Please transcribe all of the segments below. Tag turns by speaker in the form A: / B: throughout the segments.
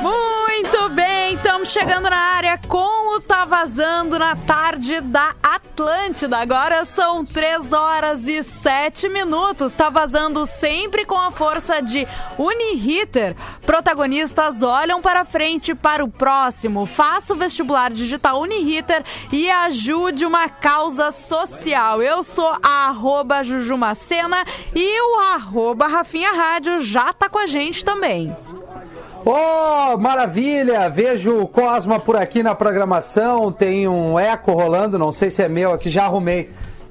A: Muito bem, estamos chegando na área com o Tá Vazando na tarde da Atlântida. Agora são 3 horas e 7 minutos. Tá vazando sempre com a força de Uniriter. Protagonistas olham para frente para o próximo. Faça o vestibular digital Uniriter e ajude uma causa social. Eu sou a arroba Jujumacena e o arroba Rafinha Rádio já tá com a gente também.
B: Oh, maravilha! Vejo o Cosma por aqui na programação. Tem um eco rolando, não sei se é meu aqui, já arrumei.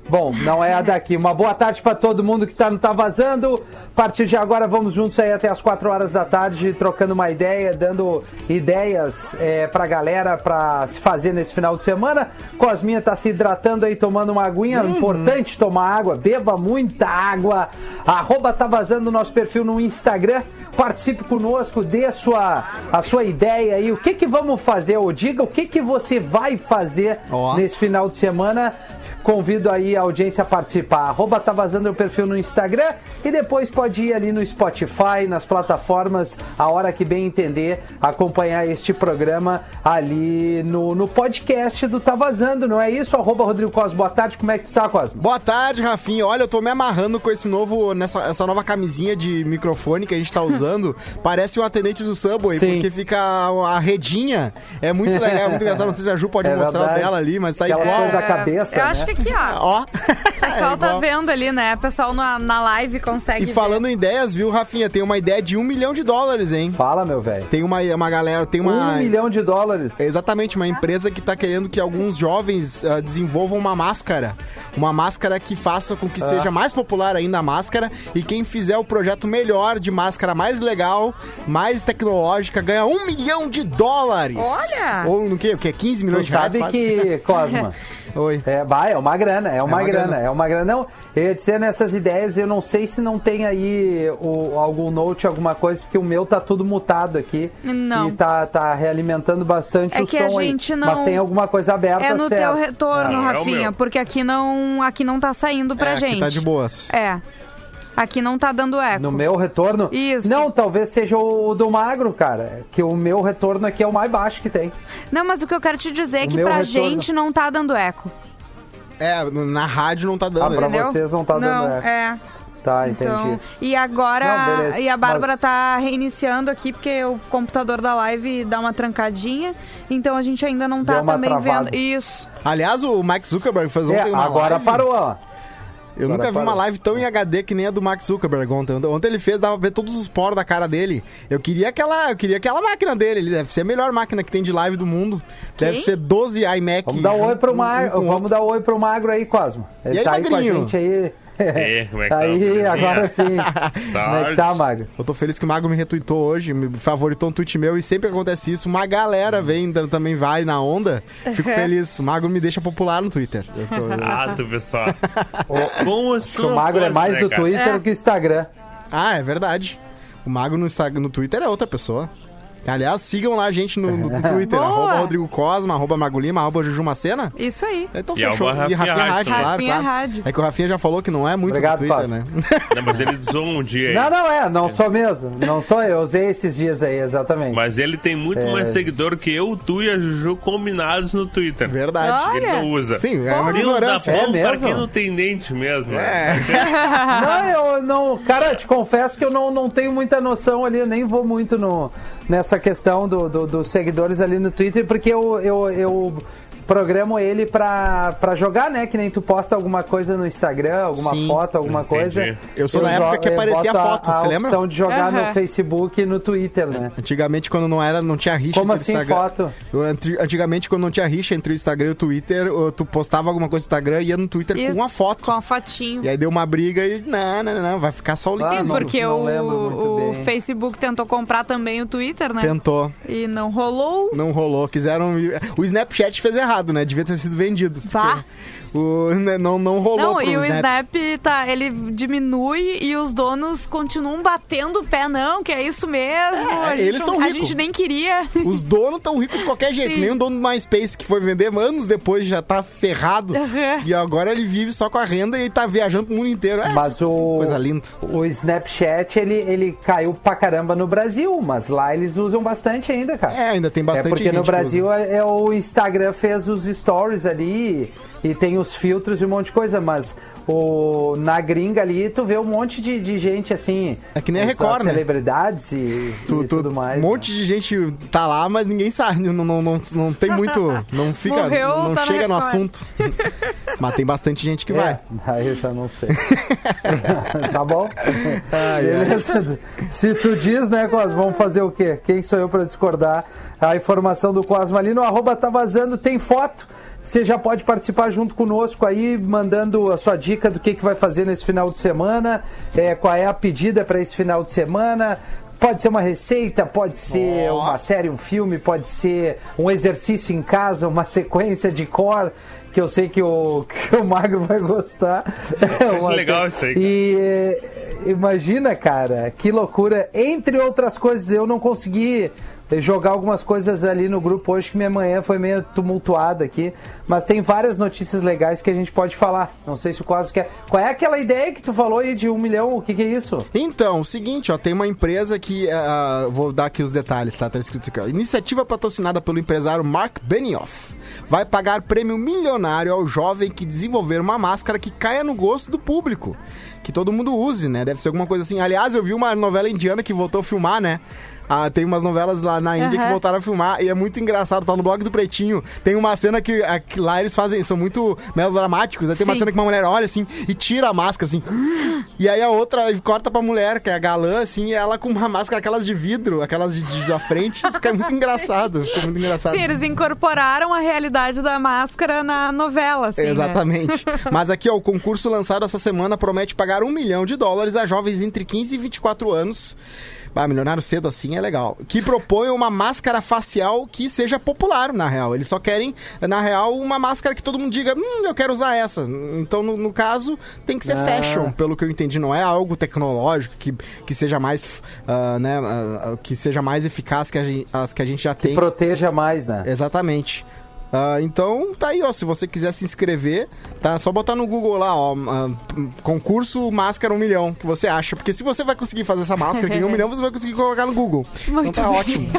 B: Bom, não é a daqui. Uma boa tarde para todo mundo que tá, não tá vazando. A partir de agora vamos juntos aí até as 4 horas da tarde, trocando uma ideia, dando ideias é, pra galera pra se fazer nesse final de semana. Cosminha tá se hidratando aí, tomando uma aguinha. Importante tomar água, beba muita água. Arroba tá vazando o nosso perfil no Instagram. Participe conosco, dê sua, a sua ideia aí. O que que vamos fazer? Ou diga o que que você vai fazer
C: Ó.
B: nesse final de semana. Convido aí a audiência a participar. Arroba tá vazando o perfil no Instagram e depois pode ir ali no Spotify, nas plataformas, a hora que bem entender, acompanhar este programa ali no, no podcast do Tá Vazando, não é isso? Arroba Rodrigo Cosmo, boa tarde, como é que tu tá, Cosmo?
C: Boa tarde, Rafinha. Olha, eu tô me amarrando com esse novo, nessa essa nova camisinha de microfone que a gente tá usando. Parece um atendente do Subway,
B: Sim.
C: porque fica a, a redinha. É muito legal, é muito engraçado. Não sei se a Ju pode
B: É
C: mostrar
B: verdade.
C: dela ali, mas tá
B: Aquela
C: igual.
B: coisa da cabeça,
A: Eu acho que
B: né?
A: aqui, ó.
C: Ó.
A: O pessoal
C: É
A: tá
C: igual.
A: vendo ali, né? O pessoal na, na live consegue.
C: E falando em ideias, viu, Rafinha? Tem uma ideia de um milhão de dólares, hein?
B: Fala, meu velho.
C: Tem uma, uma galera, tem uma.
B: Um milhão de dólares.
C: É Exatamente, uma empresa que está querendo que alguns jovens ah, desenvolvam uma máscara. Uma máscara que faça com
B: Ah.
C: que seja mais popular ainda a máscara. E quem fizer o projeto melhor de máscara mais legal, mais tecnológica, ganha um milhão de dólares.
A: Olha!
C: Ou no quê? O que? 15 milhões
B: Tu
C: de reais?
B: sabe
C: quase?
B: que, Cosma...
C: Oi.
B: É, vai, é uma grana, é uma,
C: uma
B: grana,
C: grana.
B: é uma grana. Não, eu ia dizer nessas ideias, eu não sei se não tem aí o, algum note, alguma coisa, porque o meu tá tudo mutado aqui.
A: Não.
B: E tá, tá realimentando bastante
A: É
B: o
A: que
B: som
A: a
B: aí.
A: gente não-
B: Mas tem alguma coisa aberta,
A: É no
B: tá certo.
A: teu retorno,
D: Não, é o
A: Rafinha,
D: meu.
A: porque aqui não, aqui não tá saindo pra
C: É, aqui
A: gente.
C: tá de boas.
A: É. Aqui não tá dando eco.
B: No meu retorno?
A: Isso.
B: Não, talvez seja o do magro, cara. Que o meu retorno aqui é o mais baixo que tem.
A: Não, mas o que eu quero te dizer é
B: O
A: que
B: meu
A: pra
B: retorno.
A: gente não tá dando eco.
C: É, na rádio não tá dando.
B: Ah, pra
C: né?
A: Entendeu?
B: vocês não tá dando
A: Não,
B: eco.
A: é.
B: Tá,
A: Então,
B: entendi.
A: e agora.
B: Não, beleza.
A: e a Bárbara tá reiniciando aqui, porque o computador da live dá uma trancadinha. Então a gente ainda não tá
B: Deu uma
A: também
B: travada.
A: vendo. Isso.
C: Aliás, o Mark Zuckerberg fez
B: É,
C: ontem uma
B: agora
C: live.
B: parou, ó.
C: Eu
B: Agora
C: nunca vi
B: parou.
C: uma live tão em HD que nem a do Mark Zuckerberg ontem. Ontem ele fez, dava pra ver todos os poros da cara dele. Eu queria aquela, eu queria aquela máquina dele. Ele deve ser a melhor máquina que tem de live do mundo. Deve ser 12 iMac.
B: Vamos dar um oi pro magro, vamos dar um oi pro magro aí, Cosmo. Ele
C: E aí,
B: tá aí
C: magrinho?
B: com a gente aí.
D: aí, como é que tá,
B: aí,
D: belezinha?
B: agora sim. como é que tá,
D: Tarde.
B: magro?
C: Eu tô feliz que o Mago me retweetou hoje, me favoritou um tweet meu e sempre acontece isso. Uma
B: Hum.
C: galera vem, tam- também vai na onda. Fico feliz. O Mago me deixa popular no Twitter. Eu tô-
D: Ah, tu vê só. Bom, acho
B: Que o magro é
D: né,
B: mais do Twitter do que o Instagram.
C: Ah, é verdade. O Mago no, Instagram- no Twitter é outra pessoa. Aliás, sigam lá a gente no, no Twitter.
A: Boa!
C: arroba Rodrigo Cosma, arroba Mago Lima, arroba Juju Macena.
A: Isso aí.
C: Então
D: E
C: fechou.
D: é uma
C: e
D: Rafinha
C: Rafinha
D: Rádio,
C: Rádio,
D: né?
C: claro,
A: Rafinha
C: claro.
A: Rádio.
C: É que o Rafinha já falou que não é muito
B: Obrigado,
C: do Twitter,
B: Fábio.
C: né?
D: Não, mas ele zoam um dia aí.
B: Não, não é, não sou mesmo. Não sou eu, usei esses dias aí, exatamente.
D: Mas ele tem muito
B: É.
D: mais seguidor que eu, tu e a Juju combinados no Twitter.
C: Verdade.
D: Ele
A: Olha.
D: não usa.
C: Sim, é uma
D: Deus dá
C: ignorância.
B: É
D: bom pra
B: mesmo?
D: quem não tem dente mesmo. né?
C: É.
B: Não, eu não. Cara, eu te confesso que eu não, não tenho muita noção ali, eu nem vou muito no, nessa questão do, do- dos seguidores ali no Twitter, porque eu. eu, eu programo ele pra, pra jogar, né? Que nem tu posta alguma coisa no Instagram, alguma
C: Sim.
B: foto, alguma
D: Entendi.
B: coisa.
C: Eu sou da época que
B: jo- eu
C: aparecia
B: boto
C: foto, você lembra?
B: A opção de jogar
A: Aham.
B: no Facebook e no Twitter, né?
C: Antigamente, quando não era, não tinha rixa
B: Como
C: entre o
B: assim,
C: Instagram.
B: foto?
C: Eu, antri- Antigamente, quando não tinha rixa entre o Instagram e o Twitter, eu- tu postava alguma coisa no Instagram e ia no Twitter
A: Isso,
C: com uma foto.
A: Com a fotinho.
C: E aí deu uma briga e. Não, não, não, não, vai ficar só o
B: Ah,
C: link.
A: Sim,
B: não-
A: porque
B: não lembro
A: o,
B: muito
A: o
B: bem.
A: Facebook tentou comprar também o Twitter, né?
C: Tentou.
A: E não rolou.
C: Não rolou, quiseram. O Snapchat fez errado, né? Devia ter sido vendido.
A: Pá.
C: porque o- né, não, não rolou
A: Tá. Não,
C: pro
A: e o
C: Snap.
A: Snap, tá, ele diminui e os donos continuam batendo o pé, não, que é isso mesmo.
C: É,
A: a gente
C: eles
A: não-
C: tão
A: A
C: rico.
A: gente nem queria.
C: Os donos tão ricos de qualquer jeito.
A: Sim.
C: Nem o dono do MySpace que foi vender anos depois já tá ferrado.
A: Aham.
C: E agora ele vive só com a renda e tá viajando pro mundo inteiro. É,
B: Mas o,
C: coisa linda.
B: o Snapchat, ele, ele caiu pra caramba no Brasil, mas lá eles usam bastante ainda, cara.
C: É, ainda tem bastante
B: É porque
C: gente
B: no
C: que
B: Brasil é, é o Instagram fez os stories ali e tem os filtros e um monte de coisa, mas o, na gringa ali tu vê um monte de, de gente assim.
C: É que nem a
B: só
C: Record, né?
B: Celebridades e,
C: Tu-
B: é e
C: tu-
B: tudo mais. né?
C: Um monte de gente tá lá, mas ninguém sabe. Não, não, não, não tem muito. Não fica.
A: Morreu,
C: não
A: tá na
C: chega no
A: Record.
C: assunto. mas tem bastante gente que
B: né?
C: vai.
B: É, aí eu já não sei. tá bom? Beleza. Se tu diz, né, Cosmo, vamos fazer o quê? Quem sou eu pra discordar? A informação do Cosmo ali no arroba tá vazando, tem foto. Você já pode participar junto conosco aí, mandando a sua dica do que, que vai fazer nesse final de semana, é, qual é a pedida para esse final de semana. Pode ser uma receita, pode ser
C: Ó.
B: uma série, um filme, pode ser um exercício em casa, uma sequência de cor, que eu sei que o, que o Magro vai gostar. Uma
D: legal
B: série.
D: isso aí, cara.
B: E eh, imagina, cara, que loucura. Entre outras coisas, eu não consegui jogar algumas coisas ali no grupo hoje, que minha manhã foi meio tumultuada aqui. Mas tem várias notícias legais que a gente pode falar. Não sei se o Quase quer. Qual é aquela ideia que tu falou aí de um milhão? O que, que é isso?
C: Então, o seguinte, ó, tem uma empresa que. ah, vou dar aqui os detalhes, tá? Tá escrito isso aqui, ó. Iniciativa patrocinada pelo empresário Mark Benioff. Vai pagar prêmio milionário ao jovem que desenvolver uma máscara que caia no gosto do público. Que todo mundo use, né? Deve ser alguma coisa assim. Aliás, eu vi uma novela indiana que voltou a filmar, né? Ah, tem umas novelas lá na Índia que
A: Aham.
C: voltaram a filmar e é muito engraçado. Tá no blog do Pretinho. Tem uma cena que, a- que lá eles fazem, são muito melodramáticos. Aí tem uma
A: Sim.
C: cena que uma mulher olha assim e tira a máscara assim. E aí a outra corta pra mulher, que é a galã, assim, e ela com uma máscara, aquelas de vidro, aquelas de, de- da frente. Isso fica muito engraçado. Fica muito engraçado.
A: Sim, eles incorporaram a realidade da máscara na novela, assim, né?
C: Exatamente. Mas aqui, ó, o concurso lançado essa semana promete pagar um milhão de dólares a jovens entre 15 e 24 anos. Ah, milionário cedo assim é legal. Que propõem uma máscara facial que seja popular, na real. Eles só querem, na real, uma máscara que todo mundo diga, hum, eu quero usar essa. Então, no, no caso, tem que ser
B: Ah.
C: fashion, pelo que eu entendi. Não é algo tecnológico que, que seja mais, ah, né, ah, que seja mais eficaz que a gente, as que a gente já tem.
B: Proteja mais, né?
C: Exatamente. Ah, então tá aí, ó. Se você quiser se inscrever, tá? Só botar no Google lá, ó. ah, concurso máscara 1 milhão, que você acha. Porque se você vai conseguir fazer essa máscara que ganha 1 milhão, você vai conseguir colocar no Google.
A: Muito
C: então tá
A: bem.
C: ótimo.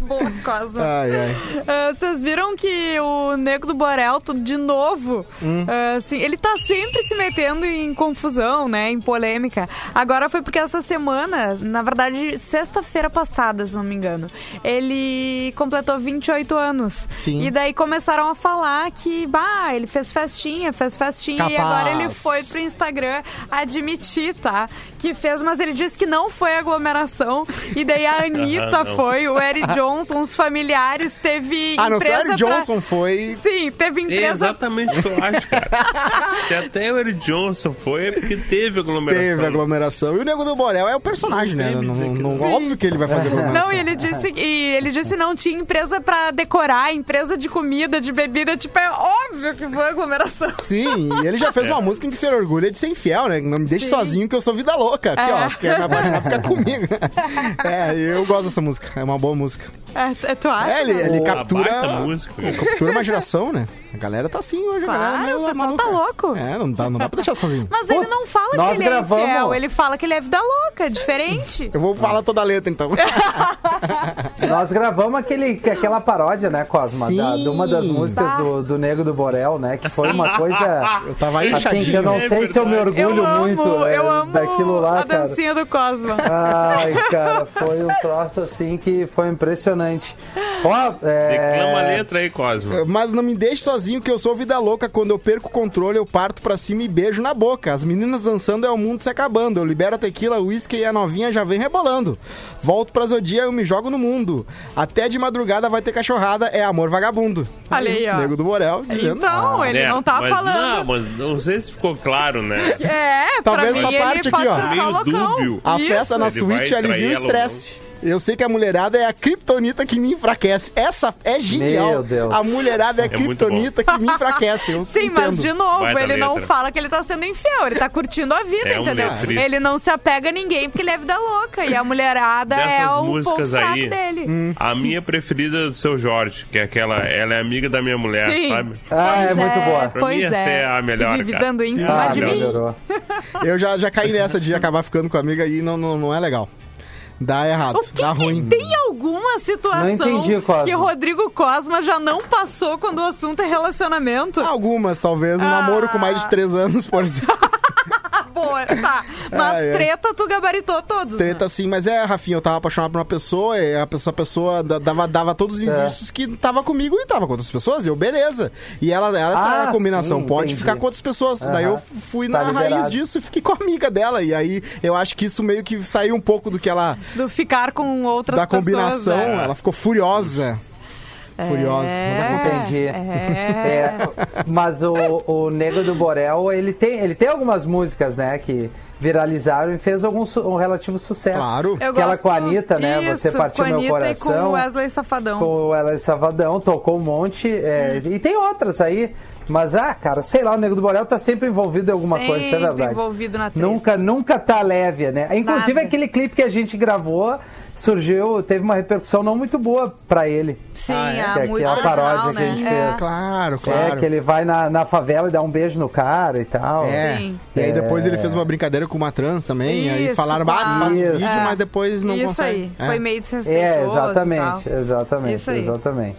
A: Boa, Cosmo.
C: Ai, ai.
A: Ah, Vocês viram que o Nego do Borel, tu- de novo,
C: Hum.
A: ah, assim, ele tá sempre se metendo em confusão, né? Em polêmica. Agora foi porque essa semana, na verdade, sexta-feira passada, se não me engano, ele completou 28 anos.
C: Sim.
A: E daí começaram a falar que, bah, ele fez festinha, fez festinha, e agora
C: Capaz.
A: ele foi pro Instagram admitir, tá? Que fez, mas ele disse que não foi aglomeração. E daí a Anitta
D: Ah, não.
A: foi, o Eric Johnson, os familiares, teve
C: Ah, não, se o
A: empresa
C: Eric
A: pra-
C: Johnson foi.
A: Sim, teve
D: É
A: empresa...
D: exatamente o que eu acho, cara. Se até o Eric Johnson foi, é porque teve aglomeração.
C: Teve aglomeração. E o Nego do Borel é o personagem, né?
D: Sempre
C: Não-
D: dizer que
C: não-
D: não.
C: óbvio que ele vai fazer aglomeração.
A: É. Não, e ele disse e ele disse não tinha empresa pra decorar, empresa de comida, de bebida, tipo é óbvio que foi aglomeração.
C: Sim, e ele já fez
D: É.
C: uma música em que se orgulha de ser infiel, né? Não me deixe sozinho que eu sou vida louca. Aqui,
A: Ah.
C: ó. Que a minha página fica comigo. é, eu gosto dessa música. É uma boa música.
A: É, tu acha?
C: É, ele, ele
B: Boa,
D: Ah, Baita
C: captura,
D: música. cara.
C: captura uma geração, né? A galera tá assim hoje, a galera.
A: Claro,
C: meio
A: o pessoal
C: maluca.
A: tá louco.
C: É, não dá, não dá pra deixar sozinho.
A: Mas ele não fala
B: nós
A: que ele
B: gravamos.
A: é infiel, ele fala que ele é vida louca, é diferente.
C: Eu vou falar toda a letra, então.
B: Nós gravamos aquele, aquela paródia, né, Cosma? Da,
C: Sim.
B: de uma das músicas do, do Nego do Borel, né? Que foi uma coisa.
C: Eu tava aí,
B: Assim, que eu não
D: É
B: sei se eu me
D: verdade.
B: orgulho
A: eu amo,
B: muito
C: é,
B: né,
A: eu amo
B: daquilo lá,
A: a
B: cara.
A: dancinha do Cosma.
B: Ai, cara, foi um troço assim que foi impressionante. Ó, é,
D: Declama a letra aí, Cosmo.
C: Mas não me deixe sozinho que eu sou vida louca. Quando eu perco o controle, eu parto pra cima e beijo na boca. As meninas dançando é o mundo se acabando. Eu libero a tequila, o uísque e a novinha já vem rebolando. Volto pra Zodia, eu me jogo no mundo. Até de madrugada vai ter cachorrada, é amor vagabundo.
A: Olha aí, ó.
C: Nego do Borel dizendo.
A: Então, ele
D: É,
A: não tá
D: mas Não,
A: falando.
D: mas não sei se ficou claro, né?
A: É,
C: Talvez
A: pra mim
C: essa
A: ele
C: parte
A: pode
C: aqui, ó.
A: ser só
D: Meio
A: loucão.
D: dúbio.
C: A
A: Isso.
C: festa na
D: Ele vai
C: suíte alivia
D: trair
C: o
D: ela ou
C: estresse. Eu sei que a mulherada é a kriptonita que me enfraquece. Essa é genial.
B: Meu Deus.
C: A mulherada é a
D: É muito
C: kriptonita que me enfraquece. Eu
A: Sim, mas
C: entendo.
A: de novo,
D: Vai da
A: ele não
D: letra.
A: fala que ele tá sendo infiel, ele tá curtindo a vida,
D: É um
A: entendeu?
D: letrista.
A: ele não se apega a ninguém porque ele é vida louca e a mulherada é
D: Dessas
A: o ponto
D: músicas
A: fraco
D: aí, Hum.
A: dele.
D: a minha preferida é do seu Jorge, que é aquela. Ela é amiga da minha mulher,
A: Sim.
D: sabe?
B: Ah, é muito boa.
D: Pra
A: Pois
D: mim, essa
A: é.
D: é a melhor,
A: Vive
D: cara.
A: dando em
D: Sim.
A: cima
B: Ah,
A: de
D: melhor.
A: mim.
B: melhorou.
C: Eu já, já caí nessa de acabar ficando com a amiga e não, não, não é legal. Dá errado,
A: O que,
C: dá
A: que-
C: Tá ruim.
A: tem alguma
B: Não
A: situação
B: entendi, Cosma.
A: que Rodrigo Cosma já não passou quando o assunto é relacionamento?
C: Algumas, talvez. Um namoro com mais de três anos, por exemplo.
A: Ah, boa, tá. Mas
C: Ai, ai.
A: treta tu gabaritou todos. né?
C: Ah, é. Treta assim, mas é, Rafinha, eu tava apaixonado por uma pessoa, e a pessoa, a pessoa da- dava, dava todos os
B: É.
C: indícios que tava comigo e tava com outras pessoas, e eu, beleza. E ela, ela essa
B: Ah,
C: era a combinação,
B: sim,
C: pode
B: entendi.
C: ficar com outras pessoas. Daí eu
B: Aham.
C: fui
B: Tá
C: na raiz
B: liberado.
C: disso e fiquei com a amiga dela. E aí eu acho que isso meio que saiu um pouco do que ela.
A: Do ficar com outras
C: da
A: pessoas,
C: combinação,
A: né?
B: é.
C: ela ficou furiosa. Furiosa, mas acontece.
B: Entendi.
A: É.
B: É, mas o, o Nego do Borel, ele tem, ele tem algumas músicas, né, que viralizaram e fez algum su- um relativo sucesso.
C: Claro.
A: Eu
B: Aquela
A: gosto
B: com a Anitta, né,
A: disso,
B: Você Partiu
A: com a
B: Meu
A: Anitta E com
B: Coração.
A: o Wesley Safadão.
B: Com o Ela Savadão, tocou um monte. é, E tem outras aí. Mas, ah, cara, sei lá, o Nego do Borel tá sempre envolvido em alguma coisa, isso é
A: Sempre
B: verdade.
A: envolvido na treta.
B: nunca, nunca tá leve, né? Inclusive,
A: Nada.
B: aquele clipe que a gente gravou surgiu, teve uma repercussão não muito boa pra ele.
A: Sim,
C: Ah, é?
A: a
B: Que é- que é
A: música
B: a paródia
A: original,
B: que a gente
A: né?
B: fez.
A: É.
C: Claro,
B: É,
C: claro.
B: que ele vai na, na favela e dá um beijo no cara e tal.
C: É.
A: Sim.
C: E aí depois ele fez uma brincadeira com uma trans também. aí
A: Isso,
C: falaram, ah, tu
A: claro.
C: faz um vídeo,
A: É.
C: mas depois não
A: Isso
C: consegue.
A: aí,
C: É.
A: foi meio desrespeitoso.
B: É,
A: e
B: exatamente,
A: tal.
B: exatamente,
A: Isso aí. Uhum.
B: exatamente.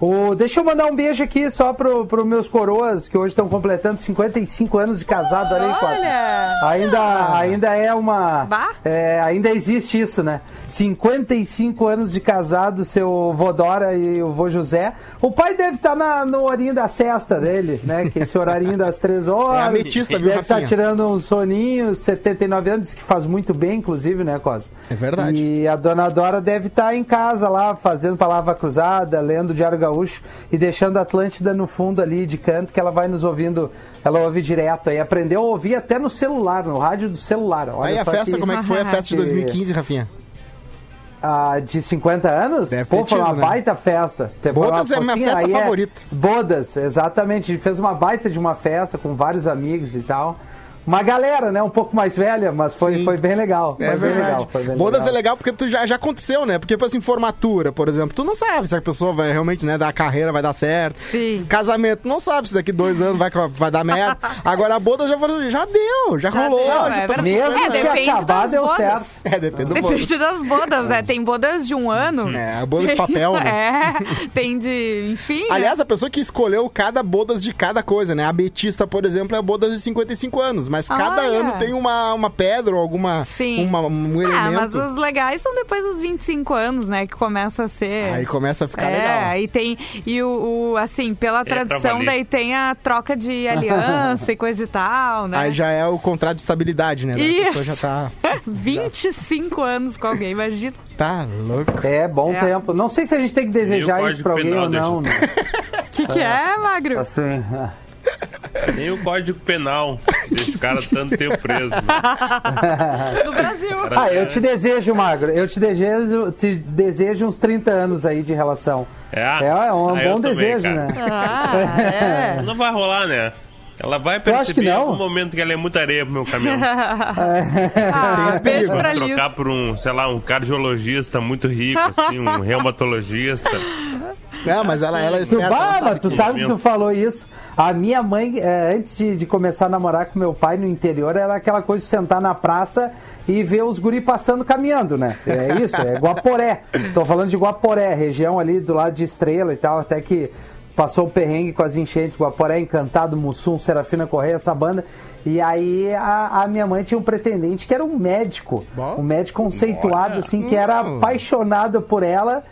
B: O, deixa eu mandar um beijo aqui só pro, pro meus coroas que hoje estão completando 55 anos de casado. Olha, aí, Cosma.
A: Olha!
B: Ainda, ainda é uma.
A: Bah.
B: é, ainda existe isso, né? 55 anos de casado, seu Vodora e o vô José. O pai deve estar na, no horinho da cesta dele, né? Que esse horarinho das três horas.
C: É ametista, viu,
B: Deve estar
C: Rafinha?
B: tirando um soninho, 79 anos, que faz muito bem, inclusive, né, Cosmo?
C: É verdade.
B: E a dona Dora deve estar em casa lá, fazendo palavra cruzada, lendo o Diário Gaúcho e deixando a Atlântida no fundo ali de canto, que ela vai nos ouvindo, ela ouve direto aí. Aprendeu a ouvir até no celular, no rádio do celular. Olha
C: aí a
B: só
C: festa,
B: que-
C: como é que foi a festa de
B: que-
C: 2015, Rafinha?
B: ah, de 50 anos?
C: Deve
B: Pô,
C: ter
B: foi uma
C: tido, né?
B: baita festa. Teve
C: Bodas
B: uma
C: é minha
B: focinha,
C: festa
B: aí é-
C: favorita.
B: Bodas, exatamente. A gente fez uma baita de uma festa com vários amigos e tal. Uma galera, né? Um pouco mais velha, mas foi,
C: Sim.
B: foi bem legal.
C: É
B: foi bem
C: verdade.
B: legal. Foi bem
C: Bodas é
B: legal.
C: legal porque tu já, já aconteceu, né? Porque, tipo assim, formatura, por exemplo, tu não sabe se a pessoa vai realmente, né, dar carreira, vai dar certo.
A: Sim.
C: Casamento, tu não sabe se daqui dois anos vai, vai dar merda. Agora a bodas já falou, já deu, já,
A: Já
C: rolou. Tipo
A: deu,
C: já
A: é verdade.
C: estamos
B: Mesmo
A: É,
B: se
A: depende
B: acabar,
A: das
B: deu
A: bodas.
B: certo.
C: assim, É, depende do bodas.
A: Depende das bodas, né? Tem bodas de um ano.
C: É, bodas de papel, né?
A: É, tem de. Enfim.
C: Aliás, a pessoa que escolheu cada bodas de cada coisa, né? A Betista, por exemplo, é bodas de 55 anos, mas cada
A: Olha.
C: ano tem uma, uma pedra ou alguma
A: Sim.
C: uma- um
A: né? Ah, mas
C: elemento.
A: os legais são depois dos 25 anos, né? Que começa a ser.
C: Aí começa a ficar
A: é,
C: legal.
A: aí tem. E o, o, assim, pela tradição,
D: valer.
A: daí tem a troca de aliança e coisa e tal, né?
C: Aí já é o contrato de estabilidade, né? A pessoa
A: Isso.
C: já tá,
A: 25 anos com alguém, imagina.
C: tá louco.
B: É, bom
A: É.
B: tempo. Não sei se a gente tem que desejar
D: código
B: isso pra alguém
D: penal,
B: ou não. Né?
A: O que, que é, Magro?
B: Assim,
D: Nem o código penal deixa o cara tanto tempo preso. né?
A: Do Brasil.
B: ah, eu te desejo, Magro. Eu te desejo, te desejo uns 30 anos aí de relação.
D: É,
B: É um
D: Ah, eu
B: bom
D: também,
B: desejo,
D: cara.
B: né?
A: Ah, é.
D: Não vai rolar, né? Ela vai
B: Eu acho que
D: perceber em
B: não.
D: algum momento que ela é muita areia pro meu caminhão.
A: Ah,
C: esse
A: beijo
C: perigo.
A: pra
D: Vai
A: Liz.
D: trocar por um, sei lá, um cardiologista muito rico, assim, um reumatologista.
C: Não, mas ela, ela é
B: Tu,
C: esperta. ela
B: bah,
C: sabe é
B: mas tu
C: que-
B: sabe que tu
D: momento.
B: falou isso. A minha mãe, eh, antes de, de começar a namorar com meu pai no interior, era aquela coisa de sentar na praça e ver os guri passando caminhando, né? É isso, é Guaporé. Tô falando de Guaporé, região ali do lado de Estrela e tal, até que passou o perrengue com as enchentes, Guaporé, Encantado, Mussum, Serafina Correia, essa banda. E aí a, a minha mãe tinha um pretendente que era um médico,
C: Bom.
B: um médico conceituado, assim, que era
C: Hum.
B: apaixonado por ela.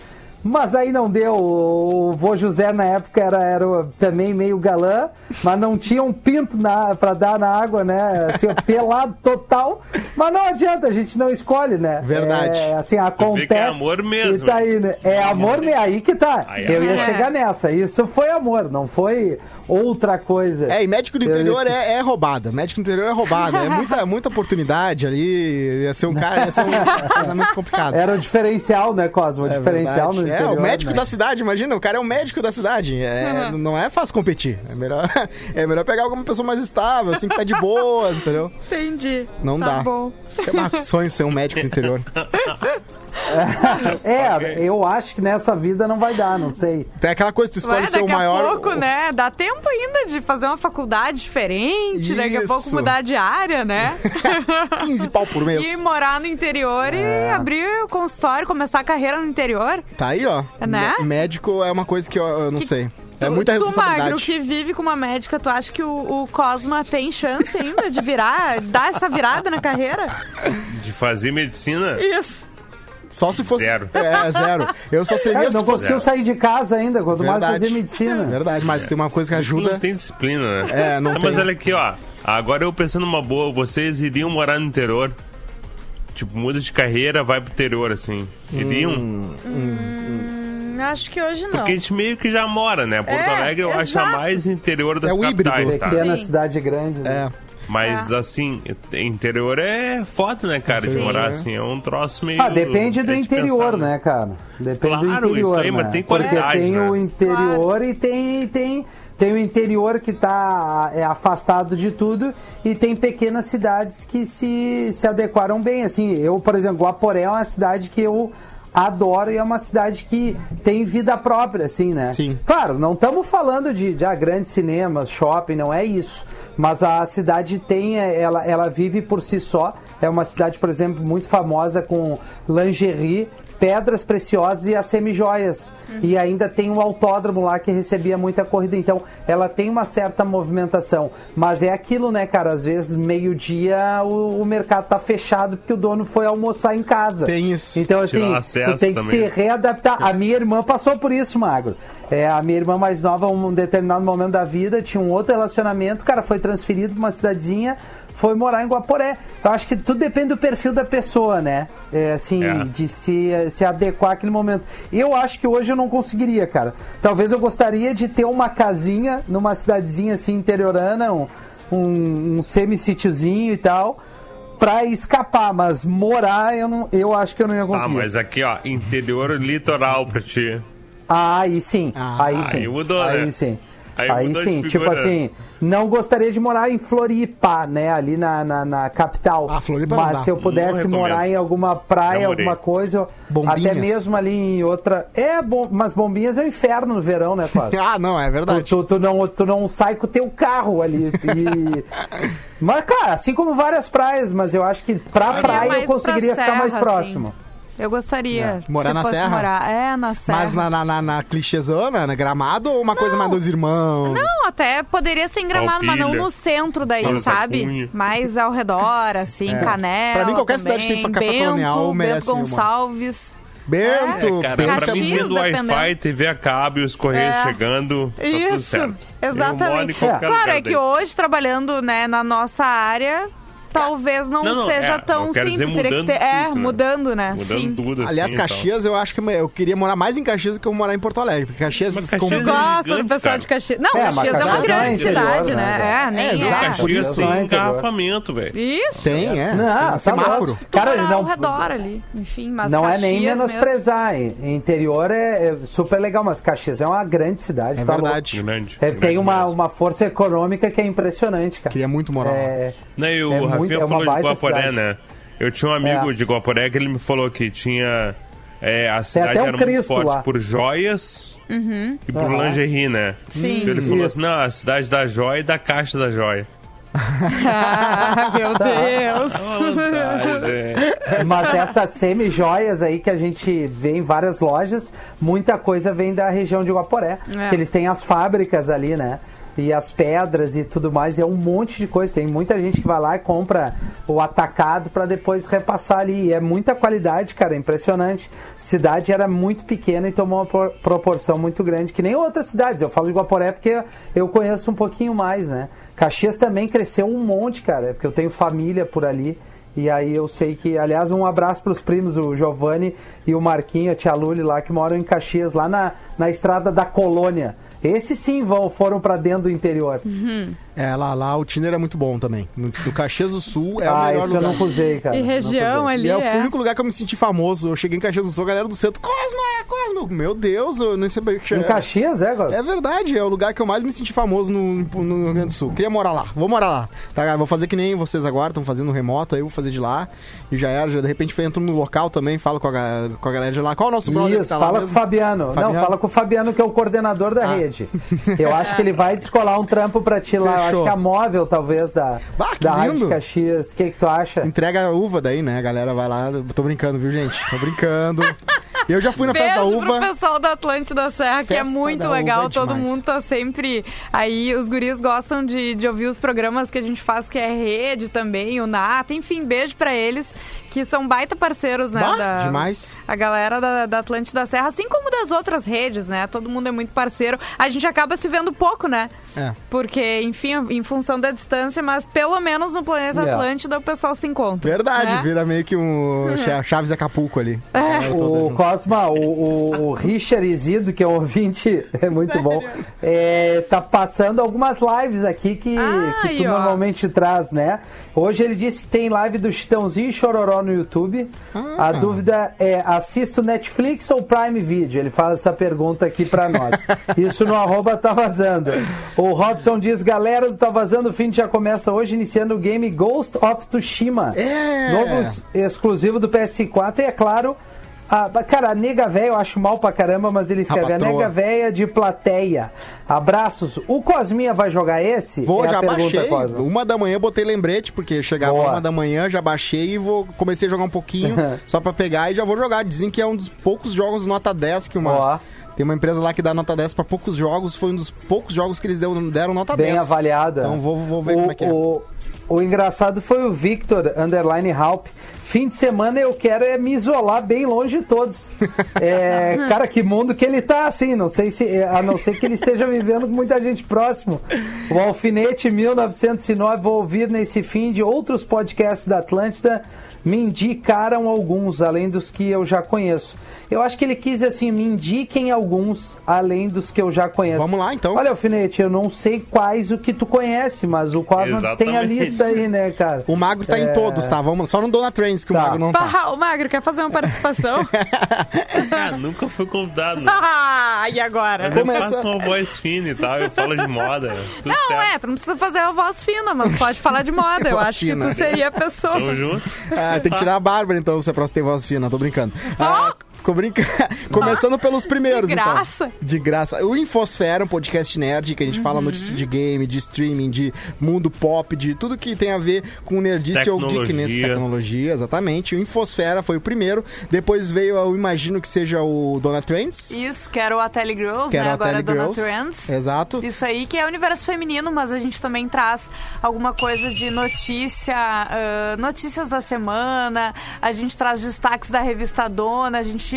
B: Mas aí não deu. O vô José na época era, era o- também meio galã, mas não tinha um pinto na, pra dar na água, né? Assim, ó, pelado total. Mas não adianta, a gente não escolhe, né?
C: Verdade.
B: É, assim,
D: vê
B: acontece.
D: que é amor
B: E
D: mesmo.
B: tá aí, né? É amor, né? Aí que tá.
D: Aí é
B: Eu ia
A: amor.
B: chegar nessa. Isso foi amor, não foi outra coisa.
C: É, e médico do
B: Eu-
C: interior é, é roubada. Médico do interior é roubada. É muita, muita oportunidade ali. Ia ser um cara, ia ser um casamento complicado.
B: Era o diferencial, né, Cosmo? O
C: É
B: É diferencial
C: verdade.
B: no
C: É,
B: interior.
C: o médico
B: né?
C: da cidade, imagina, o cara é um médico da cidade. É, Não é fácil competir. É melhor, é melhor pegar alguma pessoa mais estável, assim, que tá de boa, entendeu?
A: Entendi.
C: Não
A: tá
C: dá.
A: bom.
C: É um sonho ser um médico do interior.
B: É, eu acho que nessa vida não vai dar, não sei.
C: Tem aquela coisa, tu
A: Vai,
C: escolhe ser
A: daqui
C: o maior.
A: a pouco,
C: o-
A: né? Dá tempo ainda de fazer uma faculdade diferente, daqui a pouco
C: Isso.
A: mudar de área, né?
C: 15 pau por mês.
A: E morar no interior e
C: É.
A: abrir o consultório, começar a carreira no interior.
C: Tá aí, ó.
A: Né?
C: Mé- Médico é uma coisa que eu, eu não
A: Que
C: sei. É
A: Tu-
C: muita
A: tu magro
C: responsabilidade.
A: que vive com uma médica, tu acha que o, o Cosma tem chance ainda de virar, dar essa virada na carreira?
D: De fazer medicina?
A: Isso.
C: Só se fosse.
D: Zero.
C: É, zero. Eu só seria
B: Cara,
C: se
B: É, não
C: fosse.
B: conseguiu sair de casa ainda, quanto mais
C: Verdade. É,
B: fazer medicina.
C: Verdade, mas tem uma coisa que ajuda.
D: Não tem disciplina, né?
C: É, não
D: Mas
C: tem.
D: olha aqui, ó. Agora eu pensando numa boa, vocês iriam morar no interior? Tipo, muda de carreira, vai pro interior, assim. Iriam?
A: Hum, Acho que hoje não.
D: Porque a gente meio que já mora, né? Porto
A: É,
D: Alegre eu acho a
A: exato.
D: mais interior das
C: É o híbrido.
D: capitais, tá?
B: Pequena
A: Sim.
B: cidade grande. né?
C: É.
D: Mas assim, interior é foda, né, cara? De
A: Sim.
D: morar assim, é um troço meio.
B: Ah, depende do
D: é de
B: interior,
D: pensar,
B: né, cara? Depende do
D: Claro,
B: interior.
D: isso
B: né?
D: aí, mas tem
B: Porque
D: qualidade,
B: tem
D: né?
B: o interior e tem, tem, tem o interior que tá é, afastado de tudo e tem pequenas cidades que se, se adequaram bem. Assim, eu, por exemplo, Guaporé é uma cidade que eu adoro e é uma cidade que tem vida própria, assim, né?
C: Sim.
B: Claro, não estamos falando de, de ah, grandes cinemas, shopping, não é isso. Mas a cidade tem, eh, ela, ela vive por si só. É uma cidade, por exemplo, muito famosa com lingerie, pedras preciosas e as semijoias. E ainda tem o autódromo lá que recebia muita corrida. Então, ela tem uma certa movimentação. Mas é aquilo, né, cara? Às vezes, meio-dia, o, o mercado tá fechado porque o dono foi almoçar em casa.
C: Tem isso.
B: Então,
D: Tirar
B: assim,
D: o
B: tu
D: acesso
B: tem que
D: também,
B: se
D: né?
B: readaptar. A minha irmã passou por isso, Magro. É, a minha irmã mais nova, um determinado momento da vida, tinha um outro relacionamento, o cara foi transferido pra uma cidadezinha, foi morar em Guaporé. Eu acho que tudo depende do perfil da pessoa, né? É, assim,
D: É.
B: de se, se adequar àquele momento. Eu acho que hoje eu não conseguiria, cara. Talvez eu gostaria de ter uma casinha numa cidadezinha assim interiorana, um, um, um semi-sítiozinho e tal. Pra escapar, mas morar eu, não, eu acho que eu não ia
D: Ah,
B: conseguir.
D: mas aqui, ó, interior litoral pra ti.
B: Ah, Aí sim,
C: Ah,
B: aí sim.
D: aí mudou,
B: aí
D: né?
B: sim. Aí,
D: Aí mudou de
B: sim,
D: figura.
B: tipo assim, não gostaria de morar em Floripa, né? Ali na, na, na capital.
C: Ah, Floripa não
B: Mas
C: dá.
B: se eu pudesse
D: Não recomendo.
B: morar em alguma
D: Já
B: praia,
D: morei.
B: alguma coisa, eu-
C: Bombinhas.
B: até mesmo ali em outra. É, bom, mas bombinhas é um inferno no verão, né, Cláudio?
C: Ah, não, é
B: Tu,
C: verdade.
B: tu, tu não, tu não sai com o teu carro ali. e- mas, cara, assim como várias praias, mas eu acho que pra
A: Iria
B: praia eu
A: mais pra
B: conseguiria ficar mais
A: serra,
B: próximo.
A: assim. Eu gostaria.
C: É. Morar
A: se
C: na
A: fosse
C: serra?
A: Morar. É, na serra.
C: Mas na, na, na, na clichêzona, na gramado, ou uma coisa mais dos irmãos?
A: Não, até poderia ser em Gramado, mas não
D: Palpilha.
A: no centro daí,
D: Santa
A: sabe?
D: Cunha.
A: Mais ao redor, assim, Canela.
C: É. Pra mim, qualquer
A: também,
C: cidade tem café
A: Bento,
C: colonial, merece
A: Bento
C: uma.
A: Gonçalves.
C: Bento,
D: É,
C: Bento
D: cara, pra mim
A: Caxias,
D: mesmo Wi-Fi,
A: dependendo.
D: TV a cabo e os correios
A: É.
D: chegando, tá tudo
A: Isso,
D: certo. Eu moro em
A: exatamente.
D: qualquer
A: Claro,
D: lugar
A: é que
D: daí.
A: hoje, trabalhando né, na nossa área, talvez não,
D: Não, não,
A: seja
D: é,
A: tão
D: eu quero
A: simples.
D: dizer
A: teria que
D: mudando
A: ter- é,
D: tudo, né?
A: mudando, né?
D: Mudando
A: Sim.
D: tudo assim.
C: Aliás,
D: e tal.
C: Caxias, eu acho que eu queria morar mais em Caxias do que eu morar em Porto Alegre. Porque Caxias,
D: Mas
C: com-
A: Tu
D: Caxias- é
A: gosta do
D: Gigante,
A: pessoal
D: cara.
A: de Caxias. Não,
B: É, mas
A: Caxias é uma
D: Caxias é
A: grande
D: interior,
A: cidade,
B: né,
A: né?
B: cara?
A: É, nem
C: É,
A: é.
C: exato.
D: Caxias
B: Isso,
D: tem
B: né, interior.
D: engarrafamento, velho.
A: Isso.
C: Tem, é.
B: Não,
C: tem
B: tá
C: um semáforo.
B: louco.
A: Tu
B: Cara,
A: morar
B: não-
A: ao redor ali. Enfim, mas
B: Não é
A: Caxias
B: nem
A: mesmo.
B: menosprezar, hein? Interior é, é super legal, mas Caxias é uma grande cidade,
C: É
B: tá louco?
C: verdade.
D: Grande.
B: É,
D: grande
B: tem uma,
D: mesmo.
B: uma força econômica que é impressionante, cara.
C: Queria muito morar lá.
B: É,
D: Não, e o
B: É
D: Rafinha
B: muito- é uma
D: falou de
B: baita
D: Guaporé,
B: cidade.
D: né? Eu tinha um amigo
B: É.
D: de Guaporé que ele me falou que tinha. é, a cidade
B: até um
D: era muito
B: Cristo
D: forte
B: lá.
D: por joias e por
B: Aham.
D: lingerie, né?
A: Uhum. Sim.
D: Então ele falou
B: Isso.
D: assim: não, a cidade da joia e da caixa da joia.
A: Ah, meu
B: Tá.
A: Deus.
B: Mas essas semi-joias aí que a gente vê em várias lojas, muita coisa vem da região de Guaporé.
A: É.
B: Que eles têm as fábricas ali, né? e as pedras e tudo mais. É um monte de coisa. Tem muita gente que vai lá e compra o atacado para depois repassar ali. E é muita qualidade, cara. É impressionante. Cidade era muito pequena e tomou uma por- proporção muito grande, que nem outras cidades. Eu falo de Guaporé porque eu conheço um pouquinho mais, né? Caxias também cresceu um monte, cara, porque eu tenho família por ali. E aí eu sei que, aliás, um abraço para os primos, o Giovanni e o Marquinho, a tia Luli lá, que moram em Caxias, lá na, na estrada da Colônia. Esses sim vão, foram para dentro do interior.
C: É, lá, lá o Tinder é muito bom também. No, do Caxias do Sul é o
B: ah,
C: melhor
B: isso eu
C: lugar.
B: não usei, cara.
A: E
B: Nunca
A: região
B: usei.
A: ali,
C: E é, o
A: é.
C: único lugar que eu me senti famoso. Eu cheguei em Caxias do Sul, a galera do centro, Cosmo, é Cosmo. Meu Deus, eu nem sabia que
B: Em
C: tinha.
B: Caxias, é, agora?
C: É verdade, é o lugar que eu mais me senti famoso no, no Rio Grande do Sul. Queria morar lá, vou morar lá. Tá, cara? vou fazer que nem vocês agora, estão fazendo remoto, aí eu vou fazer de lá. E já era, já, de repente entro no local também, falo com a, ga- com a galera de lá. Qual é o nosso brother
B: Isso,
C: que tá lá
B: fala com o
C: mesmo?
B: Fabiano.
C: Fabiano. Ah.
B: Não, fala com o Fabiano, que é o coordenador da rede. Eu acho que ele vai descolar um trampo pra ti lá. Eu acho
C: Fechou.
B: que a móvel, talvez, da,
C: Bah, que
B: da Rádio
C: lindo. Então,
B: Caxias. O que, que tu acha?
C: Entrega a uva daí, né? A galera vai lá. Tô brincando, viu, gente? Tô brincando. Eu já fui na festa da
A: Beijo pro
C: uva.
A: pessoal da Atlântida Serra, que é
C: Festa da
A: muito
C: Uva
A: legal.
C: é
A: Todo
C: demais.
A: mundo tá sempre aí. Os guris gostam de, de ouvir os programas que a gente faz, que é rede também, o Nata. Enfim, beijo pra eles, que são baita parceiros, né?
C: Bah,
A: da-
C: demais.
A: A galera da, da Atlântida Serra, assim como das outras redes, né? Todo mundo é muito parceiro. A gente acaba se vendo pouco, né?
C: É.
A: Porque, enfim, em função da distância, mas pelo menos no planeta
B: Yeah.
A: Atlântida o pessoal se encontra.
C: Verdade,
A: né?
C: vira meio que um Cha- Chaves Acapulco ali. É, eu tô-
B: O Cosma, o, o, o Richard Izido, que é um ouvinte, é muito bom, é, tá passando algumas lives aqui que,
A: Ah,
B: que tu
A: aí, ó.
B: normalmente traz, né? Hoje ele disse que tem live do Chitãozinho e Chororó no YouTube.
C: Ah.
B: A dúvida é, assisto Netflix ou Prime Video? Ele faz essa pergunta aqui pra nós. Isso no arroba tá vazando. O Robson diz, galera do Tá Vazando, o fim já começa hoje, iniciando o game Ghost of Tsushima.
C: É.
B: Novos exclusivo do PS4 e, é claro, a, cara, a nega véia eu acho mal pra caramba, mas ele escreve a,
C: patroa.
B: nega véia de plateia. Abraços. O Cosminha vai jogar esse?
C: Vou,
B: É a
C: já
B: pergunta,
C: baixei.
B: Cosma.
C: Uma da manhã eu botei lembrete, porque chegava
B: Boa.
C: uma da manhã, já baixei e vou comecei a jogar um pouquinho só pra pegar e já vou jogar. Dizem que é um dos poucos jogos nota 10 que uma.
B: Ó.
C: Tem uma empresa lá que dá nota 10 pra poucos jogos, foi um dos poucos jogos que eles deram, deram nota
B: Bem
C: 10.
B: avaliada.
C: Então vou, vou ver
B: o,
C: como é que é.
B: O, o engraçado foi o Victor, underline Halp. Fim de semana eu quero é me isolar bem longe de todos. É, cara, que mundo que ele tá assim. Não sei se, a não ser que ele esteja vivendo com muita gente próximo. O Alfinete 1909, vou ouvir nesse fim de outros podcasts da Atlântida. Me indicaram alguns, além dos que eu já conheço. Eu acho que ele quis assim, me indiquem alguns, além dos que eu já conheço.
C: Vamos lá, então.
B: Olha, Alfinete, eu não sei quais o que tu conhece, mas o Cosma tem a
D: Exatamente.
B: lista aí, né, cara?
C: O Mago tá
B: É.
C: em todos, tá? Vamos, só não dou na Trends que
B: Tá.
C: o Mago não tá.
A: Bah, o Magro, quer fazer uma participação?
D: Ah, nunca fui convidado.
A: Ah, e agora?
D: Mas eu
C: Começa-
D: faço uma voz fina e tal, eu falo de moda. Tudo
A: Não, é,
D: certo.
A: tu não precisa fazer a voz fina, mas pode falar de moda. Eu
C: Voz
A: acho
C: fina.
A: que tu seria a pessoa.
D: Tamo junto.
C: Ah,
A: Tá.
C: tem que tirar a Bárbara, então, se é pra você ter voz fina, tô brincando. Ah, tô brincando. Começando pelos primeiros,
A: De graça. Uhum.
C: então. De graça. O Infosfera, um podcast nerd que a gente fala notícia de game, de streaming, de mundo pop, de tudo que tem a ver com nerdice ou
D: Tecnologia.
C: geekness, tecnologia, exatamente. O Infosfera foi o primeiro, depois veio, eu imagino que seja o Dona Trends,
A: Isso, que era o Ateli Girls,
C: que
A: né?
C: era a
A: Agora é
C: Tele
A: Dona
C: Girls.
A: Trends.
C: Exato.
A: Isso aí que é o universo feminino, mas a gente também traz alguma coisa de notícia, ah, notícias da semana, a gente traz destaques da revista Dona, a gente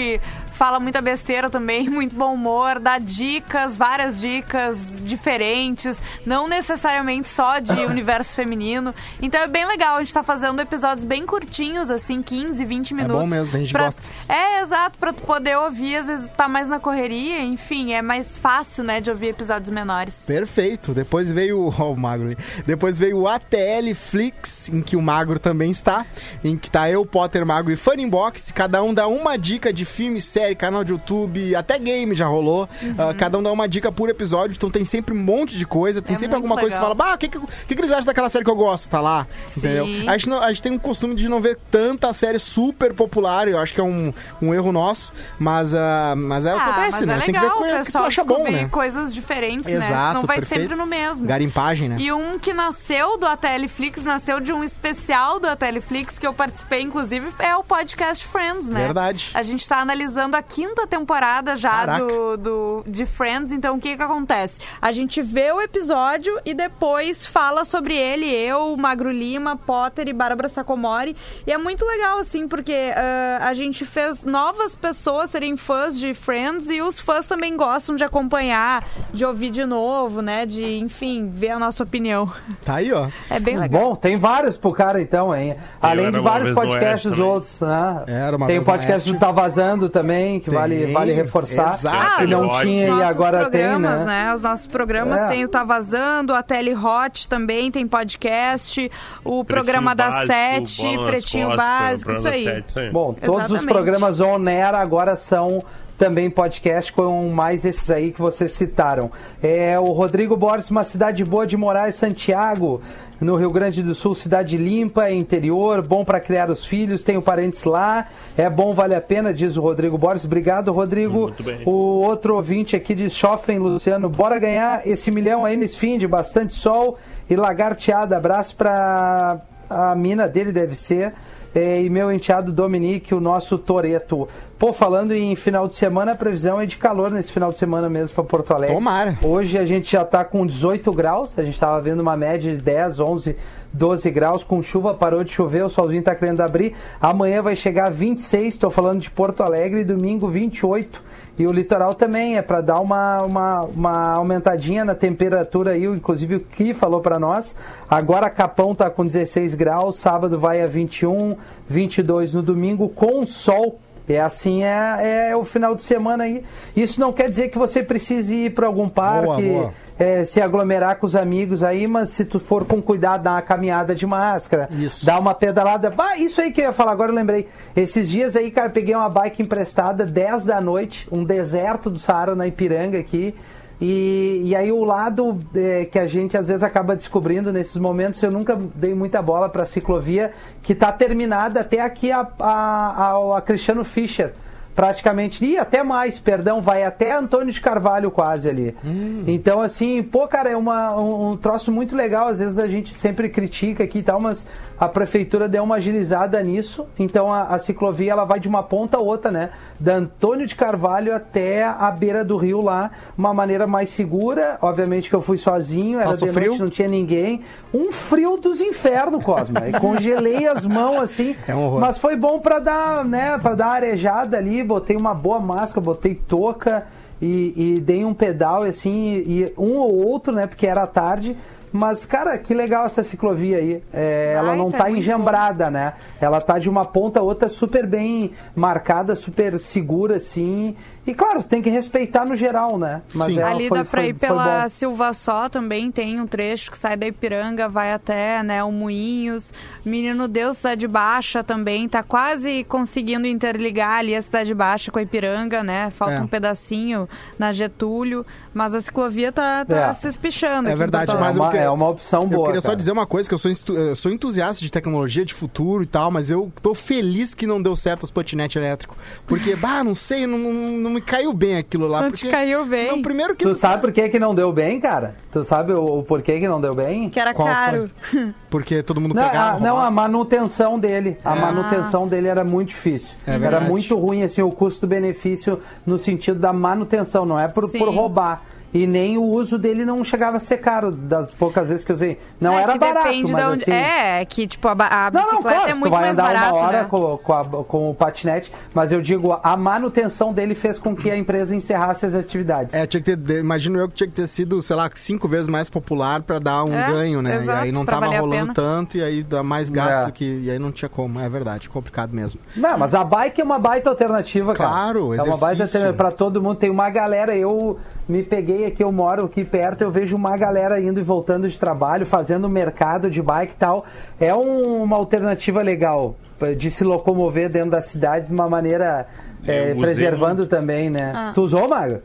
A: fala muita besteira também, muito bom humor, dá dicas, várias dicas diferentes, não necessariamente só de universo feminino. Então é bem legal, a gente tá fazendo episódios bem curtinhos, assim, 15, 20 minutos.
C: É bom mesmo, tem gente que gosta.
A: É, exato, pra tu poder ouvir, às vezes tá mais na correria, enfim, é mais fácil, né, de ouvir episódios menores.
C: Perfeito. Depois veio o- ó, o Magro. aí. Depois veio o ATL Flix, em que o Magro também está, em que tá eu, Potter, Magro e Funbox. Cada um dá uma dica de filme, série, canal de YouTube, até game já rolou. Ah,
A: Uhum.
C: cada um dá uma dica por episódio, então tem sempre um monte de coisa, tem
A: É
C: sempre
A: muito
C: alguma coisa que
A: legal.
C: fala, bah, o que, que, o que que eles acham daquela série que eu gosto? Tá lá, entendeu? A gente, não- a gente tem um costume de não ver tanta série super popular, eu acho que é um, um erro nosso, mas, ah, mas é, acontece,
A: mas
C: né?
A: é
C: tem que ver
A: legal o
C: com o que tu
A: pessoal
C: acha bom,
A: descobrir
C: né?
A: coisas diferentes, né?
C: Exato,
A: Não vai
C: perfeito.
A: sempre no mesmo.
C: Garimpagem, né?
A: E um que nasceu do Ateliflix, nasceu de um especial do Ateliflix que eu participei, inclusive, é o podcast Friends, né?
C: Verdade.
A: A gente tá tá analisando a quinta temporada já
C: Caraca.
A: do, do- de Friends. Então, o que que acontece? A gente vê o episódio e depois fala sobre ele, eu, Magro Lima, Potter e Bárbara Sacomori. E é muito legal, assim, porque ah, a gente fez novas pessoas serem fãs de Friends e os fãs também gostam de acompanhar, de ouvir de novo, né? De, enfim, ver a nossa opinião.
C: Tá aí, ó.
A: É bem legal.
B: Bom, tem vários pro cara então, hein? Além
D: era
B: de
D: uma
B: vários
D: vez no Oeste
B: podcasts
D: também.
B: outros, né?
C: Era uma
B: tem o
C: vez no
B: podcast
C: Oeste.
B: do Tá Vazando também, que vale,
C: Tem,
B: vale reforçar.
C: exato.
B: que não
D: Ah,
B: tinha
A: nossos
B: e agora tem,
A: programas,
B: né?
A: Os nossos programas
B: É.
A: tem o Tá Vazando, a Tele Hot também tem podcast, o programa da
D: Básico,
A: Sete,
D: Bola nas
A: Pretinho
D: Costas,
A: Básico, isso
D: Programa
A: aí.
D: da Sete, isso aí.
B: Bom, todos os
A: Exatamente.
B: programas on air agora são também podcast com mais esses aí que vocês citaram. É o Rodrigo Borges, uma cidade boa de morar em Santiago, no Rio Grande do Sul, cidade limpa, interior, bom para criar os filhos, tenho parentes lá, é bom, vale a pena, diz o Rodrigo Borges. Obrigado, Rodrigo.
D: Muito bem.
B: O outro ouvinte aqui de Schoffen, Luciano, bora ganhar esse milhão aí nesse fim de bastante sol e lagarteada. Abraço pra a mina dele, deve ser. eh, E meu enteado Dominique, o nosso Toreto. Pô, falando em final de semana, a previsão é de calor nesse final de semana mesmo pra Porto Alegre.
C: Tomara.
B: Hoje a gente já tá com 18 graus, a gente tava vendo uma média de 10, 11, 12 graus com chuva, parou de chover, o solzinho tá querendo abrir. Amanhã vai chegar a 26, tô falando de Porto Alegre, e domingo 28. E o litoral também é para dar uma, uma, uma aumentadinha na temperatura aí, inclusive o Ki falou para nós. Agora Capão tá com 16 graus, sábado vai a 21, 22 no domingo com sol. É assim, é, é o final de semana aí. Isso não quer dizer que você precise ir para algum parque,
C: boa.
B: é, se aglomerar com os amigos aí, mas se tu for com cuidado, dá uma caminhada de máscara,
C: Isso.
B: dá uma pedalada. Bah, isso aí que eu ia falar, agora eu lembrei. Esses dias aí, cara, peguei uma bike emprestada, 10 da noite, um deserto do Saara na Ipiranga aqui. E, e aí o lado é, que a gente às vezes acaba descobrindo nesses momentos, eu nunca dei muita bola pra ciclovia, que tá terminada até aqui a, a, a, a Cristiano Fischer praticamente, e até mais, perdão, vai até Antônio de Carvalho quase ali.
C: Hum.
B: Então, assim, pô, cara, é uma, um, um troço muito legal, às vezes a gente sempre critica aqui e tal, mas a prefeitura deu uma agilizada nisso, então a, a ciclovia, ela vai de uma ponta a outra, né? Da Antônio de Carvalho até a beira do rio lá, uma maneira mais segura, obviamente que eu fui sozinho, era
C: Passou
B: de noite,
C: frio?
B: não tinha ninguém, um frio dos infernos, Cosma, e congelei as mãos, assim,
C: É um horror.
B: mas mas foi bom pra dar, né, para dar uma arejada ali, botei uma boa máscara, botei touca e, e dei um pedal assim, e um ou outro, né, porque era tarde. Mas, cara, que legal essa ciclovia aí. É, ela não
A: Baita,
B: tá
A: muito
B: engembrada, né? Ela tá de uma ponta a outra super bem marcada, super segura, assim. E, claro, tem que respeitar no geral, né? Mas
C: Sim.
B: ela
A: Ali
B: foi-
A: dá pra
B: foi-
A: ir
B: foi bom.
A: pela Silva Só também, tem um trecho que sai da Ipiranga, vai até né, o Moinhos. Menino Deus, Cidade Baixa também, tá quase conseguindo interligar ali a Cidade Baixa com a Ipiranga, né? Falta
C: É.
A: um pedacinho na Getúlio, mas a ciclovia tá, tá
B: É.
A: se espichando. aqui
C: É
A: em
C: verdade,
A: Porto Alegre.
B: É
C: mas eu
B: uma-
C: queria-
B: é uma opção
C: Eu
B: boa,
C: queria só
B: cara.
C: dizer uma coisa, que eu sou, estu- eu sou entusiasta de tecnologia, de futuro e tal, mas eu tô feliz que não deu certo os patinetes elétricos. Porque, bah, não sei, não, não, não me caiu bem aquilo lá.
A: Não te
C: porque,
A: caiu bem.
C: Não, primeiro que...
B: Tu sabe por que que não deu bem, cara? Tu sabe o, o porquê que não deu bem?
A: Que era
C: Qual foi?
A: Tá caro.
C: Porque todo mundo
B: Não,
C: pegava,
B: a, não, ah,
C: roubava.
B: a manutenção dele.
A: Ah.
B: A manutenção dele era muito difícil.
C: É
B: era
C: verdade.
B: muito ruim, assim, o custo-benefício no sentido da manutenção, não é por,
A: Sim.
B: por roubar. E nem o uso dele não chegava a ser caro, das poucas vezes que eu usei. Não
A: É,
B: era
A: que
B: barato,
A: depende
B: mas
A: de onde.
B: assim...
A: É, que tipo, a, ba- a
B: Não,
A: bicicleta
B: não, claro,
A: é
B: tu
A: muito
B: vai
A: mais
B: andar
A: barata.
B: uma hora
A: né?
B: com, com a- com o patinete, mas eu digo, a manutenção dele fez com que a empresa encerrasse as atividades.
C: É, tinha que ter, de- imagino eu que tinha que ter sido, sei lá, cinco vezes mais popular pra dar um
A: É,
C: ganho, né? e aí
A: exato,
C: não
A: pra
C: tava
A: valer a
C: rolando
A: pena.
C: tanto e aí dá mais
B: É.
C: gasto que e aí não tinha como, é verdade, complicado mesmo.
B: Não, mas a bike é uma baita alternativa, cara.
C: Claro,
B: É uma baita
C: exercício.
B: alternativa pra todo mundo. Tem uma galera, eu me peguei aqui, eu moro aqui perto, eu vejo uma galera indo e voltando de trabalho, fazendo mercado de bike e tal. É um- uma alternativa legal pra- de se locomover dentro da cidade de uma maneira eh,
D: Eu usei
B: preservando também, né?
A: Ah.
B: Tu usou, Mago?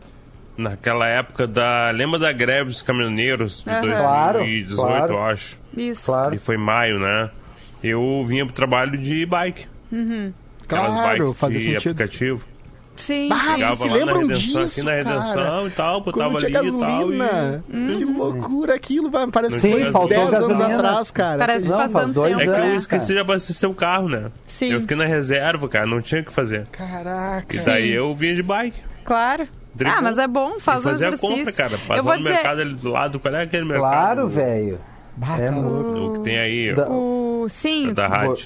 D: Naquela época da. Lembra da greve dos caminhoneiros de
A: Aham.
D: 2018,
B: Claro, claro.
D: eu acho.
A: Isso.
B: Claro.
D: E foi maio, né? Eu vinha pro trabalho de bike. Aquelas
C: Claro,
D: bike
C: fazia
D: de
C: sentido.
D: aplicativo.
A: Sim,
C: Ah,
A: sim.
C: vocês
D: Ficava
C: se
D: lá na
C: lembram
D: redenção,
C: disso,
D: assim, na redenção
C: cara?
D: e tal, botava
C: Quando
D: ali
C: tinha
D: e tal.
C: gasolina.
D: E...
C: Que loucura aquilo, vai. Parece
D: Sim,
C: que foi
D: faltou
C: 10 anos
B: gasolina.
C: atrás, cara.
A: Parece que
B: Não,
A: faz
B: faz
A: tanto
B: dois
D: É que
A: tempo,
B: anos.
D: eu
A: né?
D: esqueci de abastecer o carro, né?
A: Sim.
D: Eu fiquei na reserva, cara, não tinha o que fazer.
C: Caraca.
D: E daí eu vinha de bike.
A: Claro.
D: Dribou.
A: Ah, mas é bom, faz um
D: fazia a
A: exercício.
D: compra, cara.
A: eu vou
D: Passava no
A: dizer,
D: mercado ali do lado. Qual é aquele mercado?
B: Claro, velho.
C: Bah,
B: É
C: tá
B: muito-
C: louco.
D: O que tem aí,
B: Da-
A: o... Sim,
D: o da rádio.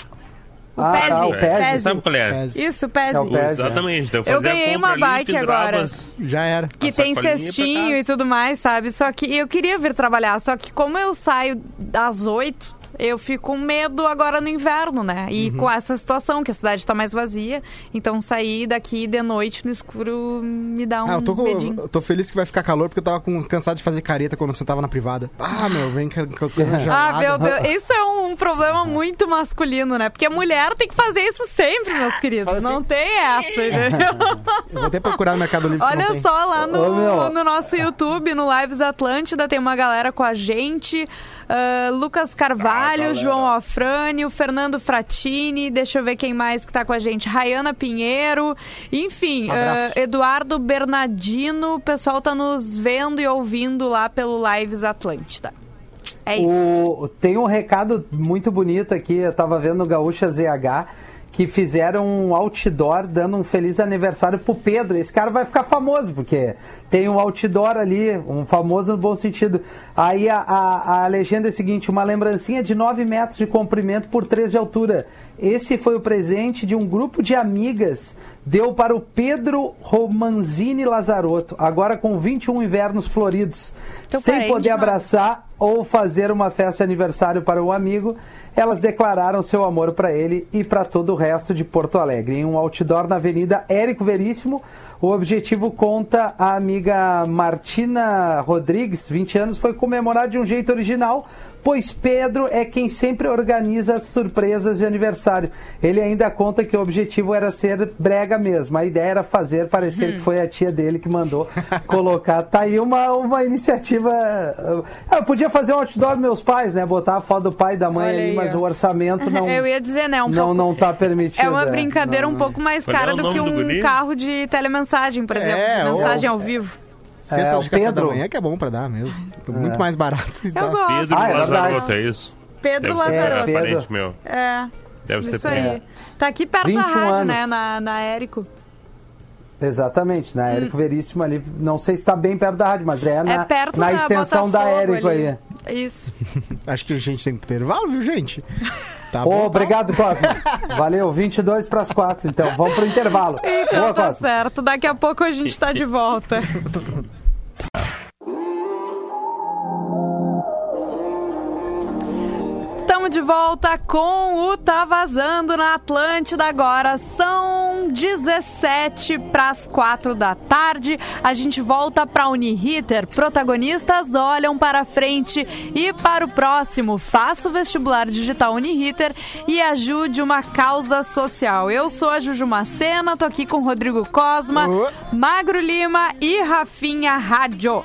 B: Ah,
A: Pese,
B: tá,
A: é.
B: o
D: Você
B: Pese.
A: Pese.
D: sabe qual é?
C: Mas
A: isso, pese.
B: É o
D: O-
B: Pese,
D: Exatamente. daí Eu,
A: Eu
D: fazia a
A: ganhei
D: compra
A: uma
D: ali,
A: bike
D: pendurava
A: agora.
D: as-
C: Já era.
A: que
D: A
A: tem
D: sacolinha pra
A: cestinho
D: casa.
A: e tudo mais, sabe? Só que eu queria vir trabalhar, só que como eu saio às oito, eu fico com medo agora no inverno, né? E
D: Uhum.
A: com essa situação, que a cidade tá mais vazia, então sair daqui de noite no escuro me dá um
C: Ah, eu tô, com-
A: medinho.
C: eu tô feliz que vai ficar calor porque eu tava com- cansado de fazer careta quando você tava na privada. Ah, meu, vem que que- que-
A: Ah,
C: gelada.
A: meu Deus, isso é um, um problema muito masculino, né? Porque a mulher tem que fazer isso sempre, meus queridos.
C: Faz assim.
A: Não tem essa, entendeu?
C: Eu vou até procurar no Mercado Livre. se não
A: Olha
C: tem.
A: só, lá
B: Ô,
A: no,
B: meu.
A: no nosso YouTube, no Lives Atlântida, tem uma galera com a gente. Ah, Lucas Carvalho, João Afrânio, Fernando Fratini, deixa eu ver quem mais que tá com a gente. Rayana Pinheiro, enfim,
C: Abraço.
A: ah, Eduardo Bernardino, o pessoal tá nos vendo e ouvindo lá pelo Lives Atlântida. É isso.
B: O- tem um recado muito bonito aqui, eu tava vendo no Gaúcha ZH, que fizeram um outdoor dando um feliz aniversário pro Pedro. Esse cara vai ficar famoso, porque tem um outdoor ali, um famoso no bom sentido. Aí a, a- a legenda é a seguinte: uma lembrancinha de 9 metros de comprimento por 3 de altura. Esse foi o presente de um grupo de amigas. Deu para o Pedro Romanzini Lazarotto, agora com 21 invernos floridos.
A: Teu
B: sem
A: parente,
B: poder
A: Mauro.
B: abraçar abraçar ou fazer uma festa de aniversário para o amigo, elas declararam seu amor para ele e para todo o resto de Porto Alegre. Em um outdoor na Avenida Érico Veríssimo, o objetivo conta a amiga Martina Rodrigues, 20 anos, foi comemorar de um jeito original, pois Pedro é quem sempre organiza as surpresas de aniversário. Ele ainda conta que o objetivo era ser brega mesmo. A ideia era fazer parecer
A: Hum.
B: que foi a tia dele que mandou colocar. Tá aí uma, uma iniciativa. Ah, Eu podia fazer um outdoor dos meus pais, né? Botar a foto do pai e da mãe
A: Olha
B: ali,
A: aí,
B: mas
A: ó.
B: o orçamento não.
A: Eu ia dizer, né? Um
B: não,
A: pouco
B: não tá permitido.
A: É uma
B: né?
A: brincadeira
B: Não,
A: um
B: não.
A: pouco mais
D: Qual é
A: cara
D: o
A: do
D: nome
A: que
D: do
A: um
D: guri?
A: carro de telemensagem, por
C: É,
A: exemplo, de
C: ou-
A: mensagem ao vivo.
C: Sexta
B: É,
C: de
B: o
C: café da
B: Pedro.
C: manhã que é bom pra dar mesmo. Muito mais barato. e dá.
A: Eu gosto.
D: Pedro
B: Ah, é
D: Lazaroto, é
A: verdade.
D: isso?
A: Pedro
D: Deve ser
B: Lazaroto.
A: Lazarotto.
B: É,
D: parente
B: Pedro.
D: meu.
A: É,
D: Deve
A: isso
D: ser
A: aí.
D: parente.
A: Tá aqui perto da
B: 21
A: rádio, né?
B: anos.
A: Na, na Érico.
B: Exatamente, na Érico Veríssimo ali. Não sei se tá bem perto da rádio, mas é na,
A: Hum. é perto
B: na
A: da
B: extensão
A: Botafogo
B: da Érico
A: ali.
B: aí.
A: Isso.
C: Acho que a gente tem intervalo, viu, gente? Tá
B: Ô,
C: bom.
B: obrigado, Cosmo. Valeu, 22 para as 4, então. Vamos pro intervalo.
A: Então
B: Boa,
A: tá
B: Cosmo.
A: certo. Daqui a pouco a gente tá de volta. Estamos de volta com o Tá Vazando na Atlântida. Agora são 17 para as 4 da tarde. A gente volta para Uniriter. Protagonistas olham para frente e para o próximo. Faça o vestibular digital Uniriter e ajude uma causa social. Eu sou a Juju Macena, tô aqui com Rodrigo Cosma,
C: Ô.
A: Magro Lima e Rafinha Rádio.